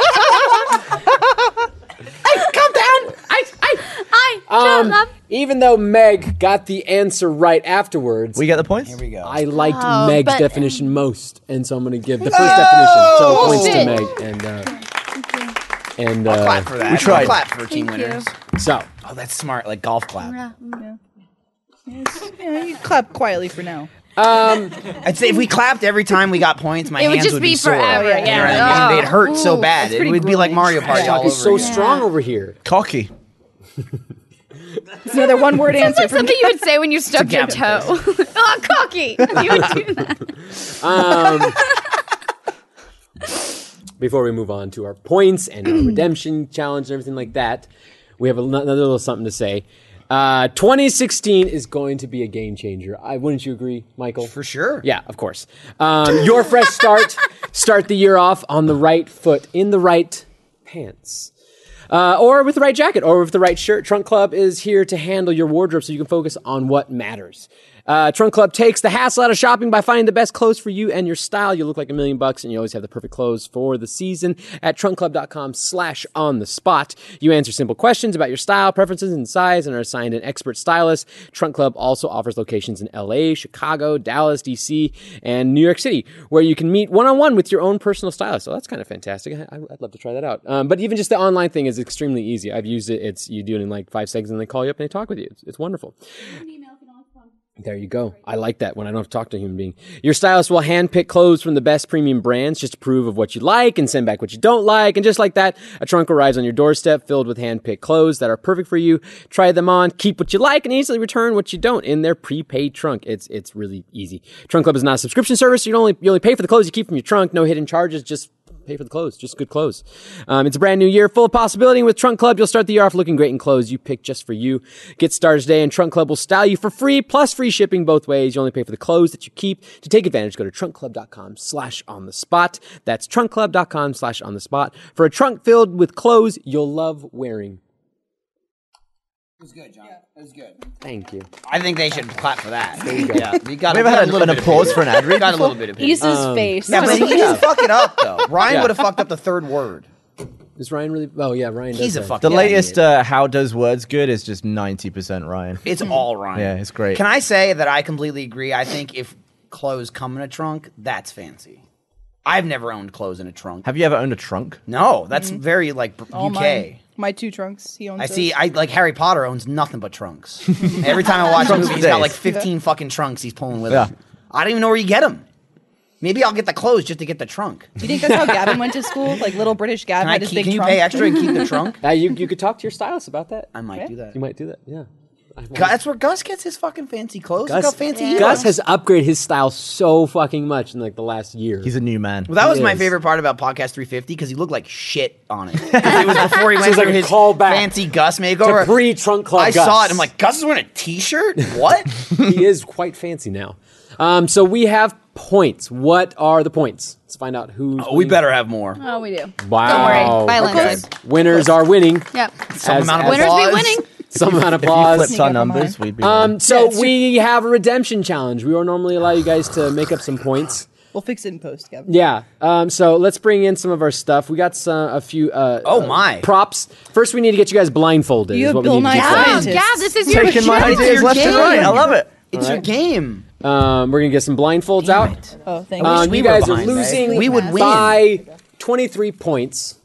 [SPEAKER 1] calm down. I, I.
[SPEAKER 6] I
[SPEAKER 1] Um,
[SPEAKER 6] um, up.
[SPEAKER 1] even though Meg got the answer right afterwards,
[SPEAKER 4] We get the points. Here
[SPEAKER 5] we go.
[SPEAKER 1] I liked
[SPEAKER 6] Oh,
[SPEAKER 1] Meg's
[SPEAKER 6] but-
[SPEAKER 1] definition most, and so I'm going to give the first definition. So points to Meg and. Uh, and
[SPEAKER 5] clap for
[SPEAKER 1] uh,
[SPEAKER 5] that.
[SPEAKER 4] We tried.
[SPEAKER 5] Clap for team
[SPEAKER 6] Thank you.
[SPEAKER 5] winners.
[SPEAKER 1] so,
[SPEAKER 5] Oh, that's smart. Like golf clap.
[SPEAKER 3] Yeah, you clap quietly for now.
[SPEAKER 5] I'd say if we clapped every time we got points, my
[SPEAKER 6] It would
[SPEAKER 5] hands
[SPEAKER 6] just
[SPEAKER 5] would
[SPEAKER 6] be
[SPEAKER 5] be sore.
[SPEAKER 6] forever,
[SPEAKER 5] You know
[SPEAKER 6] yeah.
[SPEAKER 5] what I mean?
[SPEAKER 6] Oh.
[SPEAKER 5] They'd hurt so
[SPEAKER 6] Ooh,
[SPEAKER 5] bad.
[SPEAKER 6] that's
[SPEAKER 5] It
[SPEAKER 6] pretty
[SPEAKER 5] would be like
[SPEAKER 6] grueling.
[SPEAKER 5] Mario Party all
[SPEAKER 1] talk
[SPEAKER 5] over
[SPEAKER 1] is so
[SPEAKER 5] again.
[SPEAKER 1] strong over here.
[SPEAKER 4] Cocky.
[SPEAKER 3] It's another one word
[SPEAKER 6] It's
[SPEAKER 3] answer.
[SPEAKER 6] like something you would say when you stubbed your
[SPEAKER 5] Gavin
[SPEAKER 6] toe. oh, cocky. You would do that.
[SPEAKER 1] before we move on to our points and our redemption challenge and everything like that, we have ano- another little something to say. Uh, 2016 is going to be a game changer. I wouldn't you agree, Michael?
[SPEAKER 5] For sure.
[SPEAKER 1] Yeah, of course. Um, your fresh start, start the year off on the right foot, in the right pants. Uh, or with the right jacket, or with the right shirt. Trunk Club is here to handle your wardrobe so you can focus on what matters. Uh, Trunk Club takes the hassle out of shopping by finding the best clothes for you and your style. You look like a million bucks and you always have the perfect clothes for the season at trunkclub.com slash on the spot. You answer simple questions about your style, preferences, and size and are assigned an expert stylist. Trunk Club also offers locations in LA, Chicago, Dallas, DC, and New York City where you can meet one-on-one with your own personal stylist. So that's kind of fantastic. I, I- I'd love to try that out. Um, but even just the online thing is extremely easy. I've used it. It's, you do it in like five seconds and they call you up and they talk with you. It's, it's wonderful. There you go. I like that when I don't have to talk to a human being. Your stylist will handpick clothes from the best premium brands just to prove of what you like and send back what you don't like. And just like that, a trunk arrives on your doorstep filled with handpicked clothes that are perfect for you. Try them on, keep what you like, and easily return what you don't in their prepaid trunk. It's it's really easy. Trunk Club is not a subscription service. You don't only you only pay for the clothes you keep from your trunk. No hidden charges. Just pay for the clothes, just good clothes. Um, it's a brand new year full of possibility. And with Trunk Club, you'll start the year off looking great in clothes you pick just for you. Get started today, and Trunk Club will style you for free, plus free shipping both ways. You only pay for the clothes that you keep. To take advantage, go to trunkclub.com slash on the spot. That's trunkclub.com slash on the spot for a trunk filled with clothes you'll love wearing.
[SPEAKER 5] It was good, John. It was good.
[SPEAKER 1] Thank you.
[SPEAKER 5] I think they should clap for that. Yeah, we got.
[SPEAKER 4] We ever
[SPEAKER 5] got
[SPEAKER 4] had
[SPEAKER 5] a
[SPEAKER 4] an-
[SPEAKER 5] little
[SPEAKER 4] an
[SPEAKER 5] bit of
[SPEAKER 4] applause
[SPEAKER 5] pain.
[SPEAKER 4] for an ad read
[SPEAKER 5] Got a little bit of pain.
[SPEAKER 3] Ease's face.
[SPEAKER 5] Um, Yeah, but he didn't fuck it up though. Ryan would have fucked up the third word.
[SPEAKER 1] Is Ryan really? Oh, yeah, Ryan does
[SPEAKER 5] He's a
[SPEAKER 1] that.
[SPEAKER 5] fucking.
[SPEAKER 4] The latest
[SPEAKER 5] idiot.
[SPEAKER 4] uh, "How does words good" is just ninety percent Ryan.
[SPEAKER 5] it's all Ryan.
[SPEAKER 4] Yeah, it's great.
[SPEAKER 5] Can I say that I completely agree? I think if clothes come in a trunk, that's fancy. I've never owned clothes in a trunk.
[SPEAKER 4] Have you ever owned a trunk?
[SPEAKER 5] No, that's very like br-
[SPEAKER 3] All
[SPEAKER 5] UK.
[SPEAKER 3] mine. My two trunks. He owns.
[SPEAKER 5] I
[SPEAKER 3] those.
[SPEAKER 5] see. I like Harry Potter owns nothing but trunks. Every time I watch a
[SPEAKER 4] Trunks
[SPEAKER 5] movie,
[SPEAKER 4] for
[SPEAKER 5] he's got
[SPEAKER 4] days.
[SPEAKER 5] like fifteen fucking trunks he's pulling with
[SPEAKER 4] Yeah.
[SPEAKER 5] him. I don't even know where you get them. Maybe I'll get the clothes just to get the trunk.
[SPEAKER 3] You think that's how Gavin went to school? Like little British Gavin
[SPEAKER 5] Can, I
[SPEAKER 3] had his
[SPEAKER 5] keep,
[SPEAKER 3] big
[SPEAKER 5] can you
[SPEAKER 3] trunk.
[SPEAKER 5] pay extra and keep the trunk?
[SPEAKER 1] Now Uh, you you could talk to your stylist about that.
[SPEAKER 5] I might do that.
[SPEAKER 1] You might do that. Yeah. I
[SPEAKER 5] Gu- That's where Gus gets his fucking fancy clothes. Look how fancy he
[SPEAKER 1] Gus
[SPEAKER 5] looks.
[SPEAKER 1] has upgraded his style so fucking much in like the last year.
[SPEAKER 4] He's a new man.
[SPEAKER 5] Well, that was my
[SPEAKER 1] is.
[SPEAKER 5] favorite part about Podcast 350 because he looked like shit on it. 'Cause it was before he went
[SPEAKER 1] it's
[SPEAKER 5] through
[SPEAKER 1] like a
[SPEAKER 5] his
[SPEAKER 1] callback
[SPEAKER 5] fancy Gus
[SPEAKER 1] a
[SPEAKER 5] makeover.
[SPEAKER 1] pre Trunk Club.
[SPEAKER 5] I
[SPEAKER 1] Gus.
[SPEAKER 5] saw it. and I'm like, Gus is wearing a T-shirt. What?
[SPEAKER 1] he is quite fancy now. Um, so we have points. What are the points? Let's find out who.
[SPEAKER 5] oh, we better have more.
[SPEAKER 6] Oh, we do.
[SPEAKER 1] Wow.
[SPEAKER 6] Don't worry. Violence.
[SPEAKER 1] Winners are winning.
[SPEAKER 6] Yep.
[SPEAKER 5] Some
[SPEAKER 1] As-
[SPEAKER 5] amount of
[SPEAKER 1] Oh, as-
[SPEAKER 6] Winners
[SPEAKER 5] applause.
[SPEAKER 6] be winning.
[SPEAKER 1] Some amount of
[SPEAKER 4] if you
[SPEAKER 1] applause.
[SPEAKER 4] flipped our numbers, we'd be.
[SPEAKER 1] Um, so
[SPEAKER 3] Yeah, it's-
[SPEAKER 1] we have a redemption challenge. We will normally allow you guys to make up some points.
[SPEAKER 3] We'll fix it in post, Gavin.
[SPEAKER 1] Yeah. Um, so let's bring in some of our stuff. We got some a few. Uh,
[SPEAKER 5] Oh,
[SPEAKER 1] uh,
[SPEAKER 5] my.
[SPEAKER 1] props. First, we need to get you guys blindfolded.
[SPEAKER 3] You
[SPEAKER 1] is
[SPEAKER 3] have
[SPEAKER 1] what
[SPEAKER 3] Bill
[SPEAKER 1] we need to do
[SPEAKER 3] Nye
[SPEAKER 1] first.
[SPEAKER 6] Oh,
[SPEAKER 3] Scientist.
[SPEAKER 6] God, this is your
[SPEAKER 4] Taking my
[SPEAKER 6] shit.
[SPEAKER 4] ideas left and right. I love it.
[SPEAKER 5] It's your game.
[SPEAKER 1] Um, we're gonna get some blindfolds out.
[SPEAKER 3] Oh, thank
[SPEAKER 1] Um,
[SPEAKER 3] you.
[SPEAKER 5] we
[SPEAKER 1] you
[SPEAKER 5] were
[SPEAKER 1] guys are
[SPEAKER 5] behind, guys.
[SPEAKER 1] losing.
[SPEAKER 5] We would win.
[SPEAKER 1] by 23 points.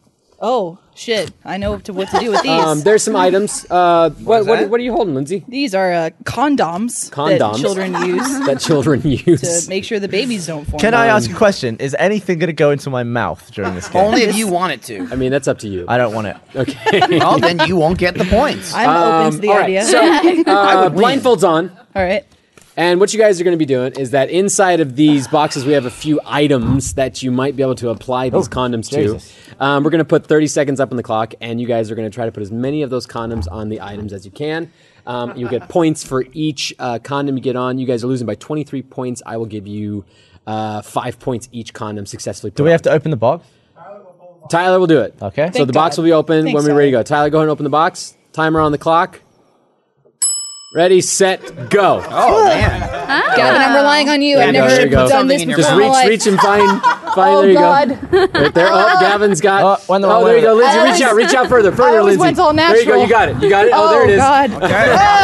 [SPEAKER 3] Oh shit! I know to what to do with these.
[SPEAKER 1] Um, there's some items. Uh, what,
[SPEAKER 5] is
[SPEAKER 1] what,
[SPEAKER 5] that?
[SPEAKER 1] what are you holding, Lindsay?
[SPEAKER 3] these are uh, condoms,
[SPEAKER 1] Condoms.
[SPEAKER 3] that children use
[SPEAKER 1] That Um, children
[SPEAKER 3] to
[SPEAKER 1] use.
[SPEAKER 3] make sure the babies don't form.
[SPEAKER 4] Can I ask a question? Is anything going to go into my mouth during this game?
[SPEAKER 5] Only if you want it to.
[SPEAKER 1] I mean, that's up to you.
[SPEAKER 4] I don't want it.
[SPEAKER 1] Okay.
[SPEAKER 5] well, then you won't get the points.
[SPEAKER 3] I'm open to the
[SPEAKER 1] um, all right,
[SPEAKER 3] idea.
[SPEAKER 1] so, Uh, blindfolds on.
[SPEAKER 3] all right.
[SPEAKER 1] And what you guys are going to be doing is that inside of these boxes, we have a few items that you might be able to apply these condoms
[SPEAKER 4] Oh, Jesus.
[SPEAKER 1] to. Um, we're going to put 30 seconds up on the clock, and you guys are going to try to put as many of those condoms on the items as you can. Um, you'll get points for each uh, condom you get on. You guys are losing by 23 points. I will give you uh, five points each condom successfully.
[SPEAKER 4] Do we have to open the box?
[SPEAKER 1] Tyler will do it.
[SPEAKER 4] Okay.
[SPEAKER 1] So the box
[SPEAKER 3] God.
[SPEAKER 1] will be open
[SPEAKER 3] Thanks,
[SPEAKER 1] when we're ready to go. Tyler, go ahead and open the box. Timer on the clock. Ready, set, go.
[SPEAKER 5] oh man,
[SPEAKER 3] Gavin, I'm relying on you.
[SPEAKER 1] you
[SPEAKER 3] I've
[SPEAKER 1] go,
[SPEAKER 3] never
[SPEAKER 1] there you go.
[SPEAKER 3] done
[SPEAKER 5] Something
[SPEAKER 3] this
[SPEAKER 5] in your
[SPEAKER 1] Just
[SPEAKER 5] Oh,
[SPEAKER 3] before. in
[SPEAKER 1] reach,
[SPEAKER 3] my life.
[SPEAKER 1] reach and find, find. there you go. Right there. Oh, Gavin's got.
[SPEAKER 4] Oh, one the
[SPEAKER 1] oh
[SPEAKER 4] wrong
[SPEAKER 1] there you
[SPEAKER 4] way.
[SPEAKER 1] go, Lindsay.
[SPEAKER 6] I
[SPEAKER 1] Reach out, reach out further, further,
[SPEAKER 3] always
[SPEAKER 1] Lindsay.
[SPEAKER 3] went all
[SPEAKER 1] There you go. You
[SPEAKER 3] natural.
[SPEAKER 1] got it. You got it. Oh,
[SPEAKER 3] Oh,
[SPEAKER 1] there it is.
[SPEAKER 3] God. Oh,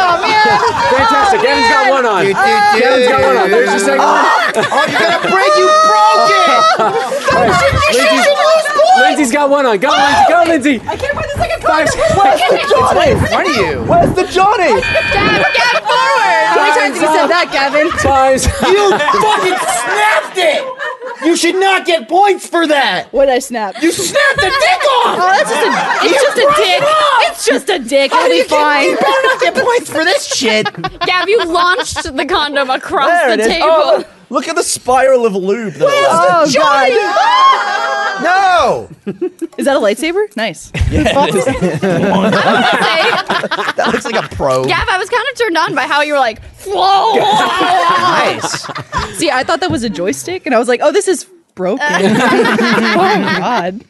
[SPEAKER 1] Fantastic. Gavin's got one on.
[SPEAKER 5] Dude, dude,
[SPEAKER 1] Gavin's got one on.
[SPEAKER 5] dude.
[SPEAKER 1] There's your second one.
[SPEAKER 5] Oh, you're gonna break. You broke it.
[SPEAKER 1] Lindsay's, Lindsay's got one on. Go, Lindsay. Go, Lindsay.
[SPEAKER 3] I can't find the second
[SPEAKER 1] Five.
[SPEAKER 5] Why are you?
[SPEAKER 4] Where's the Johnny?
[SPEAKER 3] How many times have you said that, Gavin?
[SPEAKER 1] Times.
[SPEAKER 5] You fucking snapped it. You should not get points for that.
[SPEAKER 3] What did I snap?
[SPEAKER 5] You snapped the dick off.
[SPEAKER 3] Oh, that's just a, it's just a dick. It's just a dick. It'll be fine.
[SPEAKER 5] You better not get points for this shit.
[SPEAKER 7] Gav, you launched the condom across
[SPEAKER 4] There it
[SPEAKER 7] the
[SPEAKER 4] is.
[SPEAKER 7] table.
[SPEAKER 4] Oh, look at the spiral of lube. That it was.
[SPEAKER 3] Oh god.
[SPEAKER 5] No.
[SPEAKER 3] Is that a lightsaber? Nice.
[SPEAKER 7] Say,
[SPEAKER 5] That looks like a pro.
[SPEAKER 7] Gav, I was kind of turned on by how you were like, whoa.
[SPEAKER 5] Nice.
[SPEAKER 3] See, I thought that was a joystick, and I was like, oh, this is broken. oh god.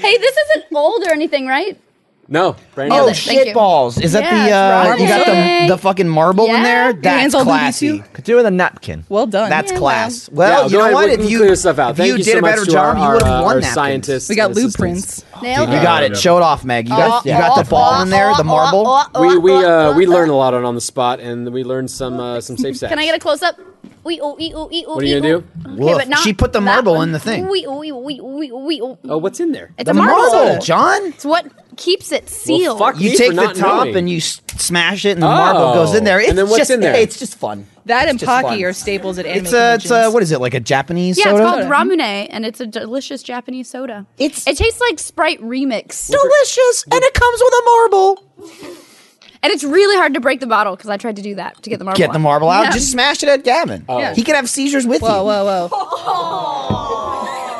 [SPEAKER 6] Hey, this isn't old or anything, right?
[SPEAKER 1] No. Brand new.
[SPEAKER 5] Oh
[SPEAKER 6] it. Thank
[SPEAKER 5] shit
[SPEAKER 6] you.
[SPEAKER 5] balls! Is that
[SPEAKER 6] Yeah,
[SPEAKER 5] the uh,
[SPEAKER 6] it's
[SPEAKER 5] you got
[SPEAKER 6] marble.
[SPEAKER 5] the the fucking marble in
[SPEAKER 6] Yeah.
[SPEAKER 5] there?
[SPEAKER 6] Your
[SPEAKER 5] That's
[SPEAKER 3] hands all lube you
[SPEAKER 5] classy.
[SPEAKER 3] too?
[SPEAKER 4] Could do with a napkin.
[SPEAKER 3] Well done.
[SPEAKER 5] That's
[SPEAKER 6] Yeah,
[SPEAKER 5] class.
[SPEAKER 1] Yeah,
[SPEAKER 5] Well,
[SPEAKER 1] go
[SPEAKER 5] you
[SPEAKER 1] ahead,
[SPEAKER 5] know what?
[SPEAKER 1] we can
[SPEAKER 5] If you
[SPEAKER 1] clear this stuff out.
[SPEAKER 5] if
[SPEAKER 1] Thank
[SPEAKER 5] you
[SPEAKER 1] so
[SPEAKER 5] did a
[SPEAKER 1] much
[SPEAKER 5] better
[SPEAKER 1] to our-
[SPEAKER 5] job, you would
[SPEAKER 1] our,
[SPEAKER 5] have
[SPEAKER 1] uh,
[SPEAKER 5] won
[SPEAKER 1] our
[SPEAKER 5] napkins.
[SPEAKER 1] scientists.
[SPEAKER 3] We got
[SPEAKER 1] and
[SPEAKER 3] lube
[SPEAKER 1] assistants.
[SPEAKER 3] prints.
[SPEAKER 6] Nailed
[SPEAKER 5] You
[SPEAKER 6] it. Oh,
[SPEAKER 5] got it. Show it off, Meg. You got you got the ball in there, the marble.
[SPEAKER 1] We we uh, we learn a lot on on the spot, and we learn some uh, some safe sex.
[SPEAKER 6] Can I get a close up? Wee oh. ooh, ee ooh, ee ooh,
[SPEAKER 1] What are you
[SPEAKER 6] ee
[SPEAKER 1] gonna
[SPEAKER 6] ooh.
[SPEAKER 1] do?
[SPEAKER 5] Woof. She put the
[SPEAKER 6] that
[SPEAKER 5] marble
[SPEAKER 6] one.
[SPEAKER 5] in the thing.
[SPEAKER 6] Wee ooh, ee ooh, ee ooh, ee ooh, ee ooh.
[SPEAKER 1] Oh, what's in there?
[SPEAKER 6] It's
[SPEAKER 5] The
[SPEAKER 6] a marble.
[SPEAKER 5] marble, John.
[SPEAKER 6] It's what keeps it sealed.
[SPEAKER 1] fuck Me
[SPEAKER 5] You
[SPEAKER 1] for
[SPEAKER 5] take the
[SPEAKER 1] not
[SPEAKER 5] top
[SPEAKER 1] knowing.
[SPEAKER 5] and you s- smash it, and the marble
[SPEAKER 1] Oh.
[SPEAKER 5] goes in there.
[SPEAKER 1] And
[SPEAKER 5] It's
[SPEAKER 1] then what's
[SPEAKER 5] just,
[SPEAKER 1] in there?
[SPEAKER 5] It's just fun.
[SPEAKER 3] That and
[SPEAKER 5] just
[SPEAKER 3] Pocky
[SPEAKER 5] fun.
[SPEAKER 3] are staples at anime
[SPEAKER 5] It's a it's a
[SPEAKER 3] conventions.
[SPEAKER 5] what is it like a Japanese
[SPEAKER 6] yeah, it's
[SPEAKER 5] soda?
[SPEAKER 6] called Ramune, and it's a delicious Japanese soda.
[SPEAKER 5] It's-
[SPEAKER 6] it tastes like Sprite remix,
[SPEAKER 5] delicious, and it comes with a marble.
[SPEAKER 6] and it's really hard to break the bottle because I tried to do that to get the marble.
[SPEAKER 5] Get the
[SPEAKER 6] out.
[SPEAKER 5] marble out.
[SPEAKER 6] Yeah.
[SPEAKER 5] Just smash it at Gavin.
[SPEAKER 1] Oh.
[SPEAKER 5] He could have seizures with
[SPEAKER 3] Whoa,
[SPEAKER 5] you.
[SPEAKER 3] whoa, whoa.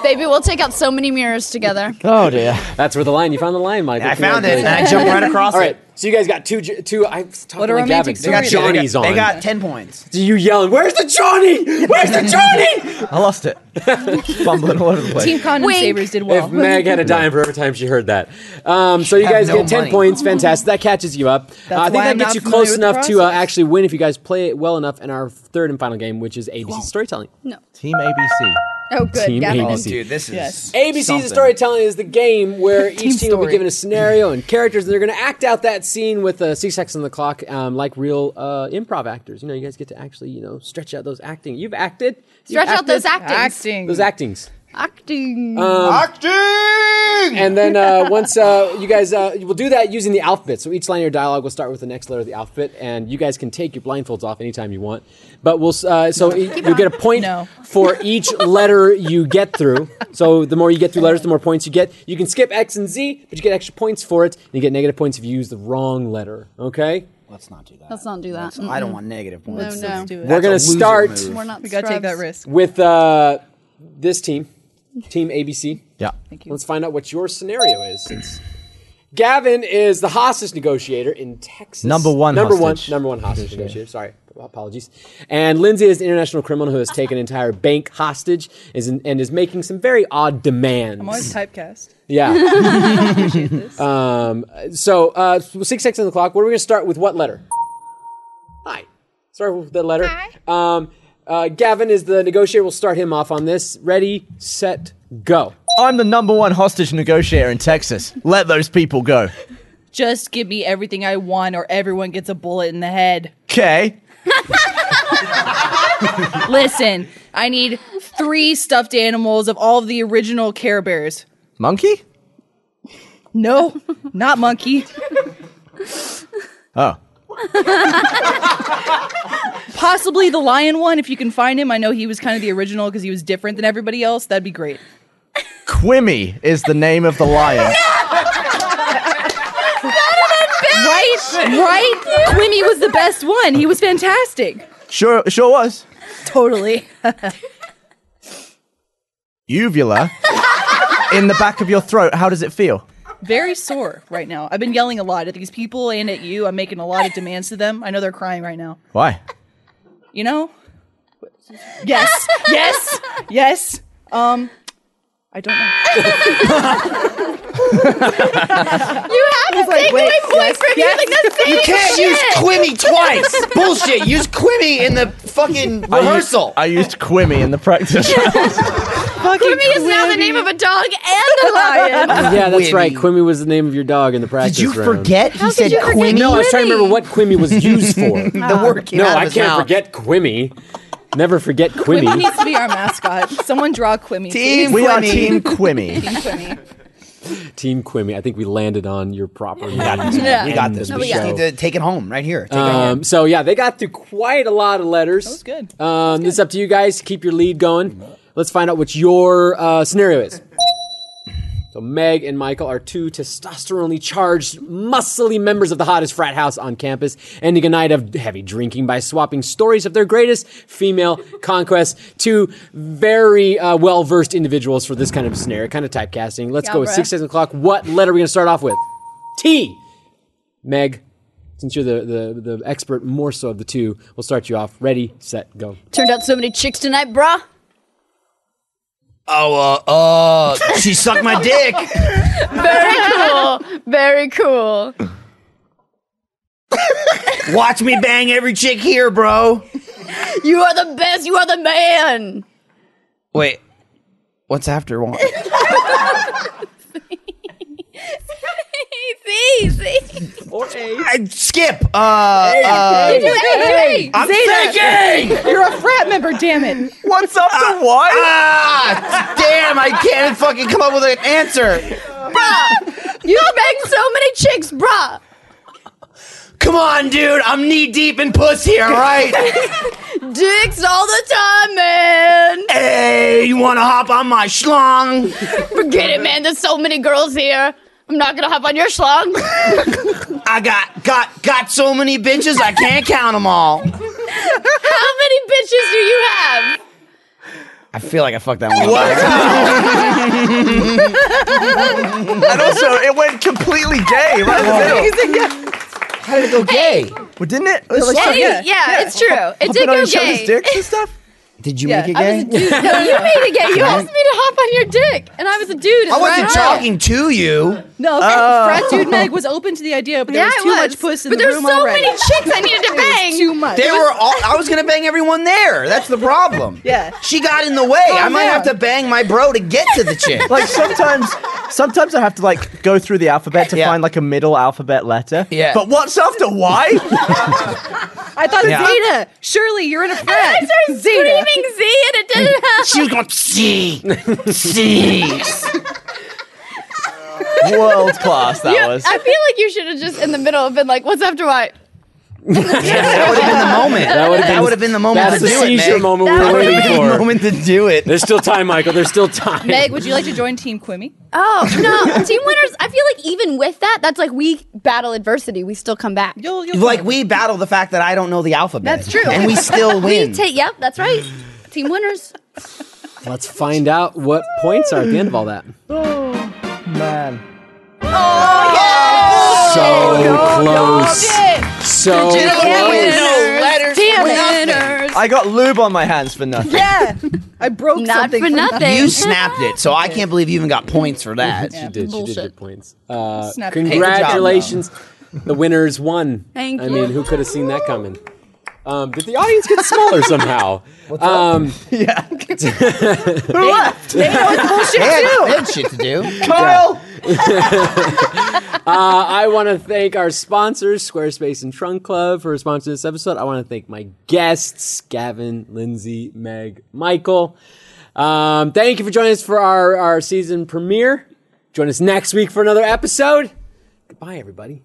[SPEAKER 6] baby, we'll take out so many mirrors together.
[SPEAKER 4] Oh dear.
[SPEAKER 1] That's where the line. You found the line, Michael.
[SPEAKER 5] I found it, and
[SPEAKER 1] Congratulations.
[SPEAKER 5] I jumped right across
[SPEAKER 1] All
[SPEAKER 5] it.
[SPEAKER 1] right, so you guys got two. j- Two. I was talking
[SPEAKER 3] What a
[SPEAKER 1] to Gavin.
[SPEAKER 3] romantic
[SPEAKER 1] They
[SPEAKER 3] story.
[SPEAKER 1] got
[SPEAKER 3] They got-
[SPEAKER 1] Johnny's on.
[SPEAKER 5] They got ten points.
[SPEAKER 1] Do you yelling? Where's the Johnny? Where's the Johnny?
[SPEAKER 4] I lost it. Fumbling all over the place.
[SPEAKER 3] Team Condom
[SPEAKER 6] Wink.
[SPEAKER 3] Sabers did well.
[SPEAKER 1] if Meg had a dime for every time she heard that. Um, so you
[SPEAKER 5] Have
[SPEAKER 1] guys
[SPEAKER 5] no
[SPEAKER 1] get ten
[SPEAKER 5] money.
[SPEAKER 1] points. Fantastic. That catches you up. Uh, I
[SPEAKER 3] why
[SPEAKER 1] think that
[SPEAKER 3] I'm
[SPEAKER 1] gets
[SPEAKER 3] not
[SPEAKER 1] you
[SPEAKER 3] familiar
[SPEAKER 1] close
[SPEAKER 3] with the
[SPEAKER 1] enough to uh,
[SPEAKER 3] process.
[SPEAKER 1] actually win if you guys play it well enough in our third and final game, which is ABC storytelling.
[SPEAKER 6] No.
[SPEAKER 4] Team ABC.
[SPEAKER 6] Oh, good.
[SPEAKER 1] Team
[SPEAKER 6] Gavin.
[SPEAKER 1] ABC.
[SPEAKER 5] Oh, dude, this is
[SPEAKER 3] Yes.
[SPEAKER 1] ABC's
[SPEAKER 5] something.
[SPEAKER 1] storytelling is the game where each team
[SPEAKER 3] Team
[SPEAKER 1] will be
[SPEAKER 3] story.
[SPEAKER 1] given a scenario and characters, and they're going to act out that scene with uh, six seconds on the clock, um, like real uh, improv actors. You know, you guys get to actually, you know, stretch out those acting. You've acted. You've
[SPEAKER 6] Stretch out
[SPEAKER 1] acted
[SPEAKER 6] those actings.
[SPEAKER 3] Acting.
[SPEAKER 1] Those actings.
[SPEAKER 6] Acting.
[SPEAKER 2] Acting!
[SPEAKER 1] And then uh, once uh, you guys, uh, we'll do that using the alphabet. So each line of your dialogue will start with the next letter of the alphabet, and you guys can take your blindfolds off anytime you want. But we'll uh, so e- you'll get a point
[SPEAKER 3] No.
[SPEAKER 1] for each letter you get through. So the more you get through letters, the more points you get. You can skip X and Z, but you get extra points for it, and you get negative points if you use the wrong letter. Okay,
[SPEAKER 5] Let's not do that.
[SPEAKER 7] Let's not do that.
[SPEAKER 5] Let's- I don't want negative points.
[SPEAKER 7] No, no.
[SPEAKER 3] do it.
[SPEAKER 1] we're gonna
[SPEAKER 5] loser
[SPEAKER 1] start
[SPEAKER 5] move.
[SPEAKER 7] We're not.
[SPEAKER 3] we gotta take that
[SPEAKER 7] scrubs.
[SPEAKER 3] risk.
[SPEAKER 1] with uh, this team, Team ABC.
[SPEAKER 4] Yeah.
[SPEAKER 1] Let's find out what your scenario is. Since Gavin is the hostage negotiator in Texas.
[SPEAKER 4] Number one
[SPEAKER 1] Number
[SPEAKER 4] hostage
[SPEAKER 1] one. Number one hostage negotiator. Sorry. Apologies. And Lindsay is an international criminal who has taken an entire bank hostage is in, and is making some very odd
[SPEAKER 3] I'm always
[SPEAKER 1] demands.
[SPEAKER 3] typecast.
[SPEAKER 1] Yeah.
[SPEAKER 3] Appreciate this.
[SPEAKER 1] so, uh, six seconds on the clock. What are we going to start with? What letter? Hi. Start with the letter. Hi. Um, uh, Gavin is the negotiator. We'll start him off on this. Ready, set, go.
[SPEAKER 4] I'm the number one hostage negotiator in Texas. Let those people go.
[SPEAKER 3] Just give me everything I want, or everyone gets a bullet in the head.
[SPEAKER 4] Okay.
[SPEAKER 3] Listen, I need three stuffed animals of all of the original Care Bears.
[SPEAKER 4] Monkey?
[SPEAKER 3] No, not monkey.
[SPEAKER 4] Oh.
[SPEAKER 3] Possibly the lion one, if you can find him. I know he was kind of the original because he was different than everybody else. That'd be great.
[SPEAKER 4] Quimmy is the name of the lion.
[SPEAKER 3] Right, right. Quimmy was the best one. He was fantastic.
[SPEAKER 4] Sure, sure was.
[SPEAKER 3] Totally.
[SPEAKER 4] Uvula in the back of your throat. How does it feel?
[SPEAKER 3] Very sore right now. I've been yelling a lot at these people and at you. I'm making a lot of demands to them. I know they're crying right now.
[SPEAKER 4] Why?
[SPEAKER 3] You know? Yes, yes, yes. Um, I don't know.
[SPEAKER 6] you have to take away points from you. Like, that's
[SPEAKER 5] You can't use Quimmy twice. Bullshit. Use Quimmy in the fucking rehearsal.
[SPEAKER 4] I used Quimmy in the practice.
[SPEAKER 6] Quimby is now the name of a dog and a lion.
[SPEAKER 1] Yeah, that's
[SPEAKER 5] Quimby.
[SPEAKER 1] right. Quimmy was the name of your dog in the practice.
[SPEAKER 5] Did you
[SPEAKER 1] round.
[SPEAKER 5] forget he said
[SPEAKER 6] you forget
[SPEAKER 5] Quimmy?
[SPEAKER 1] No, I was trying to remember what Quimmy was used for.
[SPEAKER 5] the word came
[SPEAKER 1] no,
[SPEAKER 5] out of
[SPEAKER 1] I
[SPEAKER 5] his
[SPEAKER 1] can't
[SPEAKER 5] mouth.
[SPEAKER 1] forget Quimmy. Never forget
[SPEAKER 3] Quimmy
[SPEAKER 1] Quimmy.
[SPEAKER 3] needs to be our mascot. Someone draw Quimmy.
[SPEAKER 5] Team
[SPEAKER 4] we are
[SPEAKER 5] Quimmy.
[SPEAKER 4] Team Quimmy.
[SPEAKER 3] Quimmy.
[SPEAKER 1] Team Quimmy. I think we landed on your proper name.
[SPEAKER 6] Yeah.
[SPEAKER 5] We got this.
[SPEAKER 1] No,
[SPEAKER 5] Oh, we
[SPEAKER 1] we
[SPEAKER 5] just
[SPEAKER 1] got
[SPEAKER 5] need
[SPEAKER 1] it.
[SPEAKER 5] to take it home right here. Take it home.
[SPEAKER 1] Um, so yeah, they got through quite a lot of letters. That
[SPEAKER 3] was good.
[SPEAKER 1] Um, It's up to you guys to keep your lead going. Let's find out what your uh, scenario is. So Meg and Michael are two testosterone charged, muscly members of the hottest frat house on campus, ending a night of heavy drinking by swapping stories of their greatest female conquests. Two very uh, well versed individuals for this kind of scenario, kind of typecasting. Let's go with
[SPEAKER 7] bruh.
[SPEAKER 1] six seconds o'clock. What letter are we going to start off with? T. Meg, since you're the, the, the expert more so of the two, we'll start you off. Ready, set, go.
[SPEAKER 7] Turned out so many chicks tonight, bruh.
[SPEAKER 5] Oh, uh, uh, she sucked my dick.
[SPEAKER 6] Very cool.
[SPEAKER 5] Watch me bang every chick here, bro.
[SPEAKER 6] You are the best. You are the man.
[SPEAKER 5] Wait, what's after one?
[SPEAKER 6] See, see.
[SPEAKER 5] I, skip. Uh, uh,
[SPEAKER 6] Hey,
[SPEAKER 5] I'm thinking.
[SPEAKER 3] You're a frat member, damn it.
[SPEAKER 4] What's up to what?
[SPEAKER 5] ah, damn! I can't fucking come up with an answer.
[SPEAKER 6] bruh. You banged so many chicks, bruh.
[SPEAKER 5] Come on, dude. I'm knee deep in puss here. All right.
[SPEAKER 6] Dicks all the time, man.
[SPEAKER 5] hey, you want to hop on my schlong?
[SPEAKER 6] Forget it, man. There's so many girls here. I'm not gonna hop on your schlong.
[SPEAKER 5] I got got got so many bitches I can't count them all.
[SPEAKER 6] How many bitches do you have?
[SPEAKER 5] I feel like I fucked that one. What?
[SPEAKER 4] And also, it went completely gay right in
[SPEAKER 3] Oh.
[SPEAKER 4] the middle.
[SPEAKER 5] How did it go gay?
[SPEAKER 4] Well, didn't it?
[SPEAKER 3] Yeah,
[SPEAKER 6] Hey, yeah, it's true. It did
[SPEAKER 4] Hopping on
[SPEAKER 6] go
[SPEAKER 4] each other's
[SPEAKER 6] gay.
[SPEAKER 4] dicks and stuff.
[SPEAKER 5] Did you
[SPEAKER 3] Yeah,
[SPEAKER 5] make it
[SPEAKER 3] I was a
[SPEAKER 5] gay?
[SPEAKER 3] dude.
[SPEAKER 6] No, you made it gay. You asked me to hop on your dick, and I was a dude.
[SPEAKER 5] I wasn't talking to you.
[SPEAKER 3] No, frat dude Meg was open to the idea, but there
[SPEAKER 6] Yeah,
[SPEAKER 3] was
[SPEAKER 6] I
[SPEAKER 3] too
[SPEAKER 6] was.
[SPEAKER 3] much puss in
[SPEAKER 6] but
[SPEAKER 3] the
[SPEAKER 6] there's
[SPEAKER 3] room
[SPEAKER 6] so
[SPEAKER 3] already.
[SPEAKER 6] many chicks I needed to bang.
[SPEAKER 3] too much.
[SPEAKER 5] They were all. I was gonna bang everyone there. That's the problem.
[SPEAKER 3] Yeah. Oh,
[SPEAKER 5] She got in the way. I might
[SPEAKER 3] man.
[SPEAKER 5] have to bang my bro to get to the chick.
[SPEAKER 4] Like sometimes, sometimes I have to like go through the alphabet to
[SPEAKER 5] Yeah.
[SPEAKER 4] find like a middle alphabet letter.
[SPEAKER 5] Yeah.
[SPEAKER 4] But what's after Y?
[SPEAKER 3] I thought
[SPEAKER 4] Yeah.
[SPEAKER 3] Zeta. Surely you're in a friend.
[SPEAKER 6] I started
[SPEAKER 3] Zeta.
[SPEAKER 6] screaming Z and it didn't help.
[SPEAKER 5] She was going, see, see.
[SPEAKER 4] World class that
[SPEAKER 6] Yeah,
[SPEAKER 4] was.
[SPEAKER 6] I feel like you should have just in the middle have been like, "What's after what?"
[SPEAKER 5] That would have been the moment.
[SPEAKER 1] That would've been-
[SPEAKER 5] That would have been the moment
[SPEAKER 1] That's
[SPEAKER 5] to
[SPEAKER 1] the
[SPEAKER 5] Oh do it,
[SPEAKER 1] seizure
[SPEAKER 5] Meg.
[SPEAKER 1] moment we
[SPEAKER 6] That
[SPEAKER 1] were
[SPEAKER 6] would've
[SPEAKER 1] waiting
[SPEAKER 5] The
[SPEAKER 1] for.
[SPEAKER 5] moment to do it.
[SPEAKER 1] There's still time, Michael. There's still time.
[SPEAKER 3] Meg, would you like to join Team Quimmy?
[SPEAKER 6] Oh no, team winners. I feel like even with that, that's like we battle adversity, we still come back.
[SPEAKER 3] You'll, you'll
[SPEAKER 5] Like we battle the fact that I don't know the alphabet.
[SPEAKER 6] That's true.
[SPEAKER 5] and we still
[SPEAKER 6] We
[SPEAKER 5] win.
[SPEAKER 6] take. Yep, that's right. Team winners.
[SPEAKER 1] Let's find out what points are at the end of all that.
[SPEAKER 4] Man.
[SPEAKER 1] So close. So close.
[SPEAKER 5] no letters.
[SPEAKER 6] Damn
[SPEAKER 5] nothing.
[SPEAKER 4] I got lube on my hands for nothing.
[SPEAKER 3] Yeah, I broke
[SPEAKER 6] Not
[SPEAKER 3] something
[SPEAKER 6] for nothing.
[SPEAKER 5] You snapped it, so I can't believe you even got points for that.
[SPEAKER 1] She did. She did
[SPEAKER 6] Bullshit.
[SPEAKER 1] get points. Uh,
[SPEAKER 3] Snap. Hey,
[SPEAKER 5] good job,
[SPEAKER 1] congratulations. the winners won.
[SPEAKER 6] Thank
[SPEAKER 1] I mean,
[SPEAKER 6] you.
[SPEAKER 1] who could have seen that coming? Um, did the audience get smaller somehow? Um,
[SPEAKER 5] They had, they had shit to do.
[SPEAKER 4] Kyle!
[SPEAKER 1] Uh, I want to thank our sponsors, Squarespace and Trunk Club, for sponsoring this episode. I want to thank my guests, Gavin, Lindsay, Meg, Michael. Um, thank you for joining us for our, our season premiere. Join us next week for another episode. Goodbye, everybody.